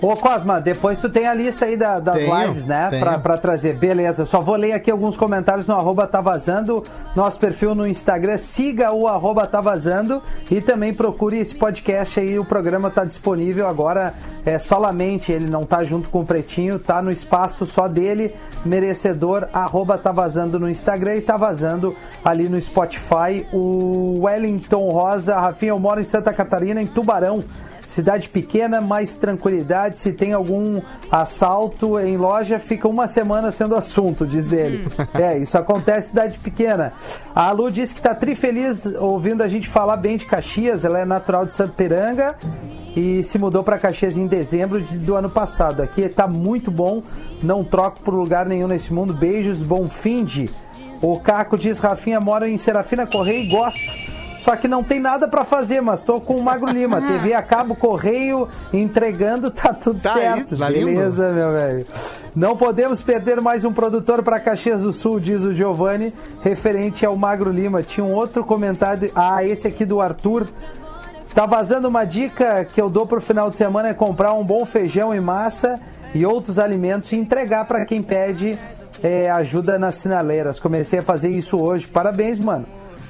B: Ô, Cosma, depois tu tem a lista aí da- das
C: Tenho,
B: lives, né?
C: tenho.
B: Pra, pra trazer. Beleza, só vou ler aqui alguns comentários no arroba tá vazando. Nosso perfil no Instagram, siga o arroba tá vazando e também procure esse podcast aí. O programa tá disponível agora é, solamente, ele não tá junto com o Pretinho, tá no espaço só dele, merecedor, arroba tá vazando no Instagram e tá vazando ali no Spotify. O Wellington Rosa, Rafinha, eu moro em Santa Catarina, em Tubarão. Cidade pequena, mais tranquilidade. Se tem algum assalto em loja, fica uma semana sendo assunto, diz ele. É, isso acontece em cidade pequena. A Lu diz que tá trifeliz ouvindo a gente falar bem de Caxias. Ela é natural de Santeranga e se mudou para Caxias em dezembro de- do ano passado. Aqui tá muito bom. Não troco por lugar nenhum nesse mundo. Beijos, bom fim de. O Caco diz: Rafinha mora em Serafina Correia e gosto. Só que não tem nada pra fazer, mas tô com o Magro Lima. TV a cabo, correio, entregando, tá tudo
C: Tá aí,
B: certo.
C: tá lindo.
B: Beleza, meu velho. Não podemos perder mais um produtor pra Caxias do Sul, diz o Giovanni, referente ao Magro Lima. Tinha um outro comentário, ah, esse aqui do Arthur. Tá vazando uma dica que eu dou pro final de semana é comprar um bom feijão e massa e outros alimentos e entregar pra quem pede é, ajuda nas sinaleiras. Comecei a fazer isso hoje. Parabéns, mano.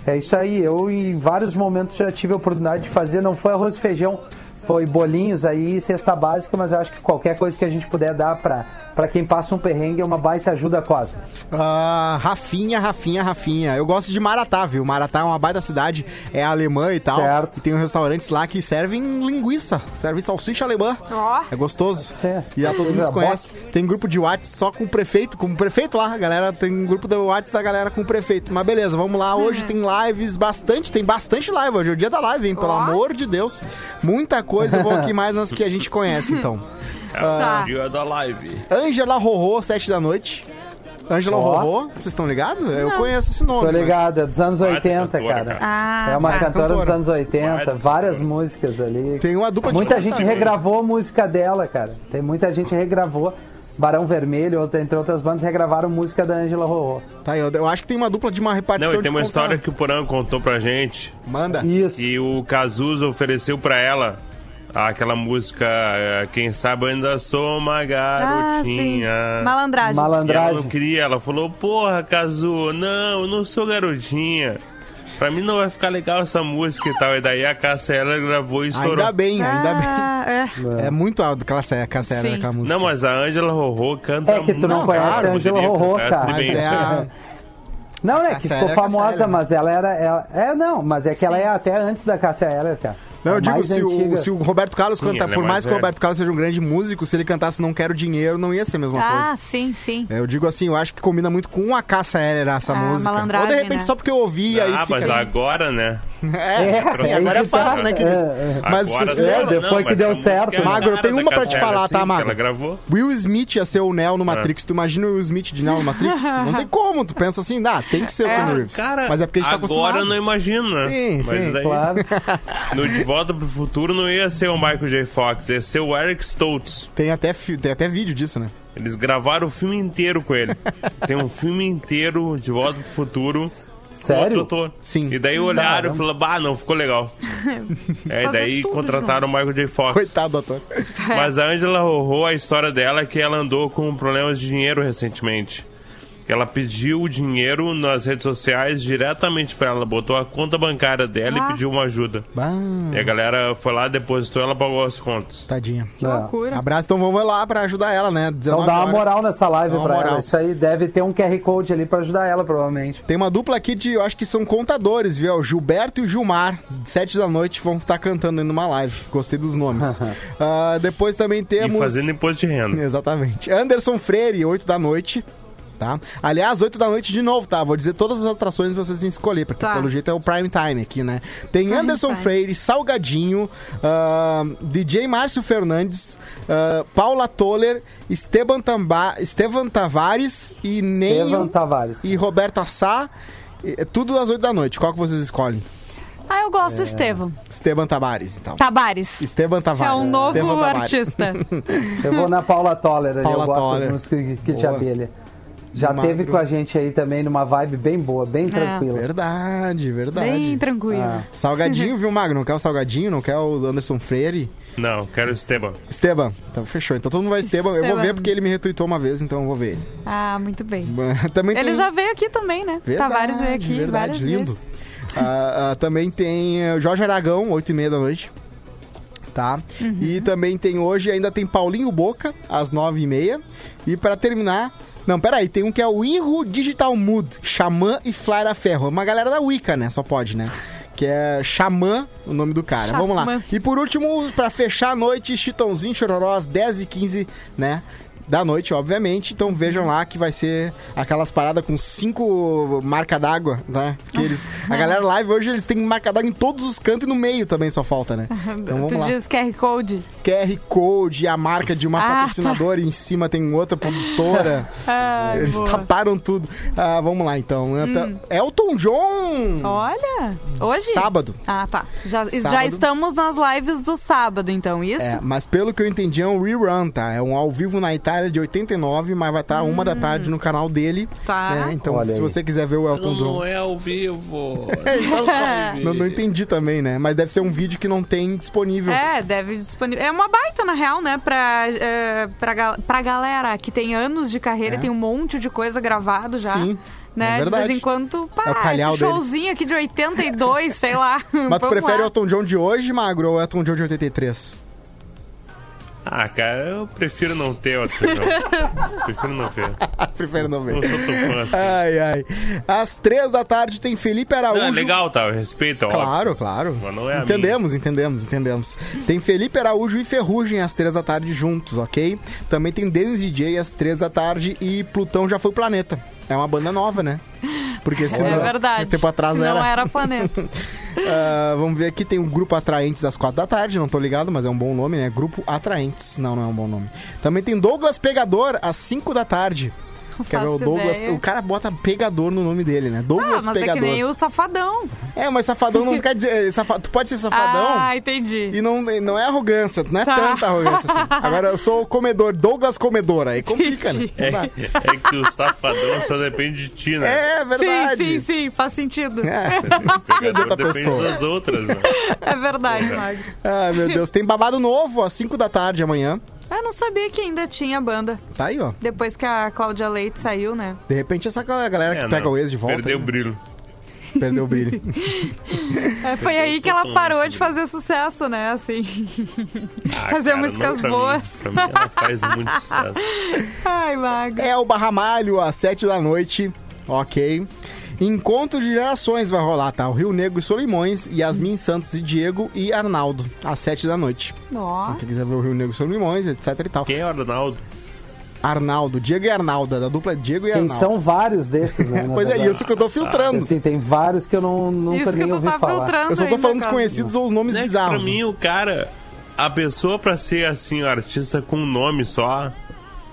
B: É isso aí. Eu, em vários momentos, já tive a oportunidade de fazer. Não foi arroz e feijão, foi bolinhos aí, cesta básica. Mas eu acho que qualquer coisa que a gente puder dar pra, pra quem passa um perrengue é uma baita ajuda, Cosmo.
C: Ah, Rafinha, Rafinha, Rafinha. Eu gosto de Maratá, viu? Maratá é uma baita cidade, é alemã e tal.
B: Certo.
C: E tem uns restaurantes lá que servem linguiça, servem salsicha alemã.
A: Ó.
C: É gostoso.
B: ser.
C: E já todo mundo se
B: Box.
C: conhece. Tem grupo de Whats só com o prefeito, com o prefeito lá, a galera. Tem um grupo do Whats da galera com o prefeito. Mas beleza, vamos lá.
A: Hum.
C: Hoje tem lives bastante, tem bastante live. Hoje é o dia da live, hein? Pelo
A: Ó.
C: amor de Deus. Muita coisa. Eu vou aqui mais nas que a gente conhece, então.
A: Tá.
D: Dia da live.
C: Angela Rorô, 7 da noite. Angela
B: Ó.
C: Rorô, vocês estão ligados? Eu conheço esse nome.
B: Tô
C: mas-
B: ligado, é dos anos
D: Baita
B: 80,
D: cantora,
B: cara.
D: cara.
A: Ah,
B: É uma
C: tá.
B: cantora dos
C: Cantora.
B: anos 80,
D: Baita
B: várias
D: cantora.
B: músicas ali.
C: Tem um uma dupla de
B: Muita gente
D: também.
B: regravou a música dela, cara. Tem muita gente que regravou. Barão Vermelho, outra- entre outras bandas, regravaram música da Angela Rorô.
C: Tá, eu, eu acho que tem uma dupla de uma repartição
D: Não, e tem
C: de
D: uma
C: contar.
D: história que o Porã contou pra gente.
C: Manda.
B: Isso.
D: E o Cazuza ofereceu pra ela aquela música eh, Quem Sabe Eu Ainda Sou Uma
A: Ah, sim.
D: Garotinha.
A: Malandragem.
D: E ela não
B: Malandragem.
D: queria, ela falou, porra, Cazu, não, eu não sou garotinha. Pra mim não vai ficar legal essa música e tal. E daí a Cassiela gravou e estourou.
C: Ainda bem, ainda bem.
A: Ah, é.
C: É muito alto aquela série, aquela série
A: Sim.
C: daquela música.
D: Não, mas a Ângela Rorô canta
B: É que tu não
D: muito
B: conhece
D: raro,
B: a Ângela
D: bonito,
B: Rorô, cara.
D: tudo
C: Mas
D: bem. né?
C: é a...
B: Não, né?
C: Cássia
B: Que ficou
C: Eller,
B: famosa,
C: Cássia Eller.
B: mas ela era. ela- é, não, mas é que ela é até antes da Cássia Eller, cara.
C: Não, eu
B: A
C: digo,
B: mais
C: se o,
B: antiga.
C: se o Roberto Carlos canta,
D: ela é
C: por mais
D: mais
C: que o
D: velha.
C: Roberto Carlos seja um grande músico, se ele cantasse Não Quero Dinheiro, não ia ser a mesma coisa.
A: Ah, sim, sim.
C: É, Eu digo assim, eu acho que combina muito com a caça aérea essa
A: Ah,
C: música. Ou
A: malandragem,
C: de
A: né?
C: repente só porque eu ouvi e aí
D: Ah, mas
C: fica...
D: agora, né?
C: É,
B: É,
C: sim, agora é
B: aí que tá.
C: fácil, né, querido?
B: É,
D: Agora
C: Mas
D: dela,
C: se você-
B: É, depois
D: não,
B: que
D: mas
B: deu
D: essa música
B: certo.
D: é a
C: né? Magro, eu
D: cara
C: tenho
D: da
C: uma pra te
D: Cassiela,
C: falar,
D: assim,
C: tá,
D: que
C: Magro?
D: Ela gravou.
C: Will Smith ia ser o Neo
D: É.
C: no Matrix. Tu imagina o Will Smith de Neo no Matrix? não tem como. Tu pensa assim, ah, tem que ser o Keanu Reeves.
D: Cara,
C: mas é porque a gente tá acostumado.
D: agora eu não imagino, né?
C: Sim,
D: mas
C: sim,
D: daí,
B: Claro.
D: No De Volta pro Futuro não ia ser o Michael J. Fox, ia ser o Eric Stoltz.
C: Tem até, fi- tem até vídeo disso, né?
D: Eles gravaram o filme inteiro com ele. Tem um filme inteiro de Volta pro Futuro.
B: Sério?
D: Outro ator.
C: Sim.
D: E daí
B: Caramba.
D: olharam e falaram, bah, não, ficou legal. é, e
A: Fazer
D: daí
A: tudo
D: contrataram o Michael J. Fox.
C: Coitado do ator.
D: Mas a Angela Rorô, a história dela é que ela andou com problemas de dinheiro recentemente. Ela pediu o dinheiro nas redes sociais diretamente pra ela, botou a conta bancária dela
A: Ah.
D: e pediu uma ajuda.
C: Bah,
D: E a galera foi lá, depositou, ela pagou as contas.
C: tadinha.
A: Que
B: É.
A: loucura.
C: Abraço, então vamos lá pra ajudar ela, né?
B: Então
C: 19
B: dá uma
C: horas.
B: moral nessa live
C: Dá uma
B: pra
C: moral.
B: ela. Isso aí deve ter um QR Code ali pra ajudar ela, provavelmente.
C: Tem uma dupla aqui de, eu acho que são contadores, viu? É O Gilberto e o Gilmar, de 7 da noite, vão estar cantando aí numa live. Gostei dos nomes. Ah, depois também
D: E
C: temos.
D: fazendo imposto de renda.
C: Exatamente. Anderson Freire, 8 da noite. Tá? Aliás, 8 da noite de novo, tá? Vou dizer todas as atrações pra vocês têm que escolher, porque
A: Tá.
C: pelo jeito é o prime time aqui, né? Tem Anderson
A: time.
C: Freire, Salgadinho, ah, DJ Márcio Fernandes, ah, Paula Toller, Esteban, Tamba, Estevan Tavares e
B: Evan
C: Neio
B: Tavares.
C: e Roberta Sá. E- é Tudo às 8 da noite. Qual que vocês escolhem?
A: Ah, eu
C: é.
A: gosto do Estevam.
C: Esteban Tavares, então.
A: Tabares.
C: Esteban Tavares.
A: Tá. É um novo
C: Esteban Tavares.
A: artista.
B: Eu vou na Paula Toller ali,
C: Paula
B: eu gosto
C: Toller.
B: das músicas que, que te
C: Boa.
B: abelha. Já
C: Magro.
B: teve com a gente aí também numa vibe bem boa,
A: É.
B: bem tranquila.
C: É, Verdade, verdade.
A: Bem tranquilo.
B: Ah.
C: Salgadinho, viu, Magno? Não quer o Salgadinho, não quer o Anderson Freire?
D: Não, quero o Esteban.
C: Esteban, então fechou. Então todo mundo vai Esteban. Eu vou
A: Esteban.
C: ver porque ele me retweetou uma vez, então eu vou ver ele.
A: Ah, muito bem.
C: Também
A: Ele
C: tem...
A: já veio aqui também, né?
C: Verdade,
A: Tavares veio aqui
C: verdade,
A: várias
C: lindo.
A: vezes.
C: Ah, ah, também tem eh, Jorge Aragão, 8 e meia da noite. Tá?
A: Uhum.
C: E também tem hoje, ainda tem Paulinho Boca, às 9 e meia. E pra terminar... Não, peraí, tem um que é o Irro Digital Mood, Xamã e Flara Ferro. É Uma galera da Wicca, né? Só pode, né? Que é Xamã, o nome do cara. Vamos lá.
A: Xamã.
C: E por último, pra fechar a noite, Chitãozinho Chororó, às 10 e 15 né? Da noite, obviamente. Então vejam lá que vai ser aquelas paradas com cinco marca d'água, né? Que eles, a galera live hoje eles têm marca d'água em todos os cantos e no meio também só falta, né? Então vamos
A: tu
C: lá.
A: diz QR Code.
C: QR Code, a marca de uma
A: Ah, tá.
C: patrocinadora e em cima tem outra produtora.
A: Ah,
C: eles
A: boa. Hum.
C: taparam tudo. Ah, vamos lá então. Elton John!
A: Olha, hoje?
C: Sábado.
A: Ah, tá. Já, já
C: Sábado.
A: estamos nas lives do sábado, então, isso?
C: É, mas pelo que eu entendi é um rerun, tá? É um ao vivo na Itália Ele é de 89, mas vai estar uma da
A: Hum.
C: tarde no canal dele.
A: Tá.
C: né? Então,
B: Olha
C: se
B: aí.
C: você quiser ver o Elton John.
D: Não é ao vivo.
C: Não, não entendi também, né? Mas deve ser um vídeo que não tem disponível.
A: É, deve disponível. É uma baita, na real, né? Pra, é, pra, ga- pra galera que tem anos de carreira e tem um monte de coisa gravado já.
C: É. Sim,
A: Né?
C: é verdade.
A: De vez em quando,
C: É o
A: pá,
C: calhau
A: esse
C: dele.
A: showzinho aqui de 82, sei lá.
C: Mas tu
A: Vamos
C: prefere o
A: lá.
C: Elton John de hoje, Magro, ou o Elton John de 83?
D: Ah, cara, eu prefiro não ter outro jogo. prefiro não ter.
C: Prefiro não
D: Não
C: ver.
D: sou tão fã assim.
C: Ai, ai. Às três da tarde tem Felipe Araújo.
D: Não, é legal, tá? Eu respeito, ó.
C: Claro, claro.
D: Mas não é a
C: entendemos, entendemos, entendemos. Tem Felipe Araújo e Ferrugem às três da tarde juntos, ok? Também tem Denis DJ às três da tarde e Plutão já foi Planeta. É uma banda nova, né? Porque se
A: É verdade.
C: né? tempo atrás
A: Se
C: era.
A: Não era planeta.
C: Ah, vamos ver aqui, tem o Grupo Atraentes às quatro da tarde, não tô ligado, mas é um bom nome, né? Grupo Atraentes. Não, não é um bom nome. Também tem Douglas Pegador às cinco da tarde. Quer ver o
A: faço
C: Douglas?
A: ideia.
C: O cara bota pegador no nome dele, né?
A: Ah,
C: Douglas
A: mas é que
C: Pegador.
A: nem o Safadão.
C: É, mas safadão não quer dizer. eh, safa- Tu pode ser safadão.
A: Ah, entendi.
C: E não, não é arrogância, não é
A: Tá.
C: tanta arrogância assim. Agora eu sou o comedor, Douglas Comedor, aí complica, né?
D: É, é que o safadão só depende de ti, né?
C: É
A: Sim,
C: verdade.
A: sim, sim, faz sentido. É,
C: É.
D: O pegador
C: de outra
D: depende
C: pessoa.
D: das outras, né?
A: verdade, Magro.
C: Ah, meu Deus. Tem babado novo às 5 da tarde amanhã.
A: Eu não sabia que ainda tinha banda.
C: Tá aí, ó.
A: Depois que a Cláudia Leite saiu, né?
C: De repente essa galera que
D: É,
C: pega
D: não.
C: o ex de volta.
D: Perdeu o
C: né?
D: brilho.
C: Perdeu o brilho.
A: É, foi aí que ela parou de fazer sucesso, né? Assim.
D: Ah,
A: Fazer
D: não,
A: músicas
D: pra mim-
A: boas.
D: pra mim ela faz muito sucesso.
A: Ai, Magro.
C: É o Barramalho às 7 da noite. Ok. Encontro de gerações vai rolar, tá? O Rio Negro e Solimões, Yasmin Santos e Diego e Arnaldo, às 7 da noite.
A: Nossa.
C: Quem quiser ver o Rio Negro e Solimões, etc e tal.
D: Quem é o Arnaldo?
C: Arnaldo, Diego e Arnaldo, da dupla Diego e
B: Tem,
C: Arnaldo.
B: são vários desses, né? na
C: Pois é,
B: verdade.
C: isso que eu tô filtrando.
B: Assim, tem vários que eu não, nunca
A: Isso que
B: nem
A: tu
B: ouvi
A: tá
B: falar.
A: filtrando
C: Eu só tô
A: ainda,
C: falando
A: cara.
C: desconhecidos ou os nomes
D: Né, que pra
C: bizarros.
D: mim, o cara, a pessoa pra ser assim, um artista com um nome só,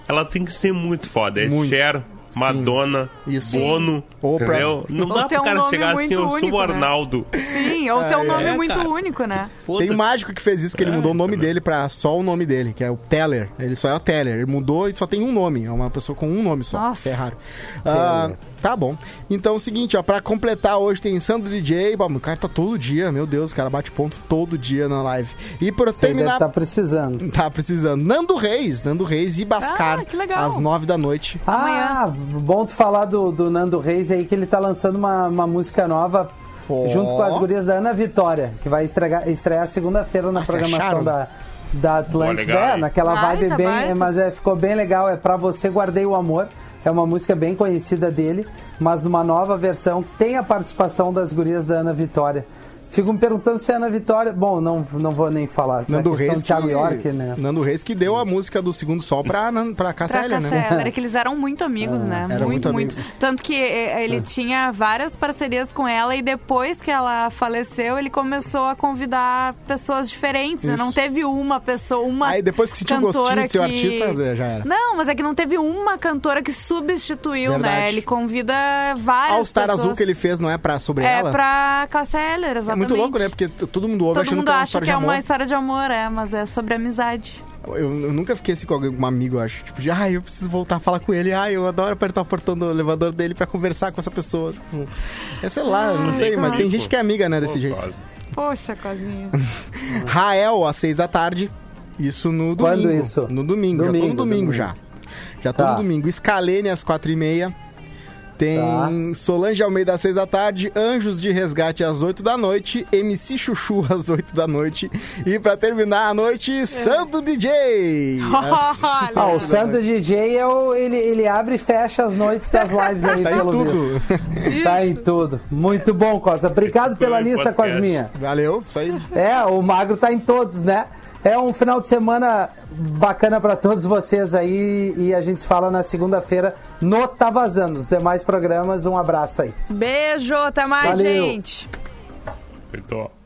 D: ela tem que ser muito foda. É
C: Muito.
D: Cher,
C: Sim.
D: Madonna,
C: Isso.
D: Bono.
C: Oprah.
D: Entendeu? Não
A: Ou
D: dá
A: ter
D: pro
A: um
D: cara
A: nome
D: chegar assim,
A: muito
D: eu sou
A: único,
D: o
A: né?
D: Arnaldo.
A: Sim, ou tem um
C: Ah,
A: nome
D: é,
A: muito
D: cara.
A: único, né?
C: Tem
D: Foda-se.
C: um mágico que fez isso, que ele mudou o nome
D: também.
C: dele pra só o nome dele, que é o Teller. Ele só é o Teller. Ele mudou e só tem um nome. É uma pessoa com um nome só.
A: Nossa.
C: Isso é raro. Ah, tá bom. Então é o seguinte, ó. Pra completar, hoje tem Sandro DJ. Bom, O cara tá todo dia, meu Deus, o cara bate ponto todo dia na live. E pra
B: Você tá- deve
C: terminar...
B: estar precisando.
C: Tá precisando. Nando Reis, Nando Reis e Bascar.
A: Ah, que legal.
C: Às nove da noite.
B: Ah, bom tu falar do, do Nando Reis aí, que ele tá lançando uma, uma música nova
C: Ó.
B: junto com as gurias da Ana Vitória, que vai estregar, estrear segunda-feira na
C: Ah, se acharam?
B: programação da, da Atlântida.
D: legal,
B: é,
D: hein?
B: naquela
A: Baita,
B: vibe bem,
A: baita.
B: é, mas é, ficou bem legal. É Pra Você Guardei o Amor. É uma música bem conhecida dele, mas numa nova versão que tem a participação das gurias da Ana Vitória. Fico me perguntando se a Ana Vitória. Bom, não, não vou nem falar.
C: Nando
B: a questão
C: Reis,
B: do Thiago
C: que,
B: York, né?
C: Nando Reis que deu a música do Segundo Sol pra, Nan- pra
A: Pra
C: Cassélia, né? Ah,
A: Casseller, que eles eram muito amigos, né?
C: eram muito
A: muito,
C: amigos. Ah.
A: Tanto que eh, ele tinha várias parcerias com ela e depois que ela faleceu, ele começou a convidar pessoas diferentes, né?
C: Isso.
A: Não teve uma pessoa, uma
C: Aí depois que sentiu o
A: cantora
C: gostinho de ser o
A: que-
C: artista, né? já era.
A: Não, mas é que não teve uma cantora que substituiu, né?
C: Verdade.
A: Ele convida várias
C: All Star
A: pessoas.
C: Azul que ele fez não é pra sobre
A: É
C: ela.
A: pra Casseller, exatamente.
C: É muito louco, né? Porque t- todo mundo ouve
A: Todo
C: achando
A: mundo
C: que é uma
A: acha
C: história
A: que é
C: de amor.
A: uma história de amor, é, mas é sobre amizade.
C: Eu, eu nunca fiquei assim com alguém, com um amigo, eu acho. Tipo, de, ai, eu preciso voltar a falar com ele. Ai, eu adoro apertar o portão do elevador dele pra conversar com essa pessoa. Tipo, é, sei
A: Ah,
C: lá, eu não sei, mas tem
D: comigo.
C: gente que é amiga, né, desse jeito.
D: Gostoso.
A: Poxa, Cosminha.
C: Rael, às seis da tarde. Isso no domingo.
B: Quando isso?
C: No domingo. já tô no
B: Domingo,
C: domingo,
B: domingo.
C: já. Já tô
B: Tá.
C: no domingo. Scalene às quatro e meia. Tem
B: Tá.
C: Solange Almeida às seis da tarde, Anjos de Resgate às oito da noite, MC Chuchu às oito da noite. E pra terminar a noite, Santo Tá DJ! às-
A: Olha.
B: Ah,
C: É
B: o Santo DJ é o, ele, ele abre e fecha as noites das lives aí,
C: Tá em
B: pelo visto.
C: tudo.
B: Tá em tudo. Muito bom, Cosma. Obrigado pela
D: Foi um
B: lista,
D: podcast.
B: Cosminha.
C: Valeu, isso aí.
B: É, o Magro tá em todos, né? É um final de semana bacana pra todos vocês aí e a gente se fala na segunda-feira no Tá Vazando. Os demais programas, um abraço aí.
A: Beijo, até mais,
B: Valeu.
A: gente.
D: Apertou.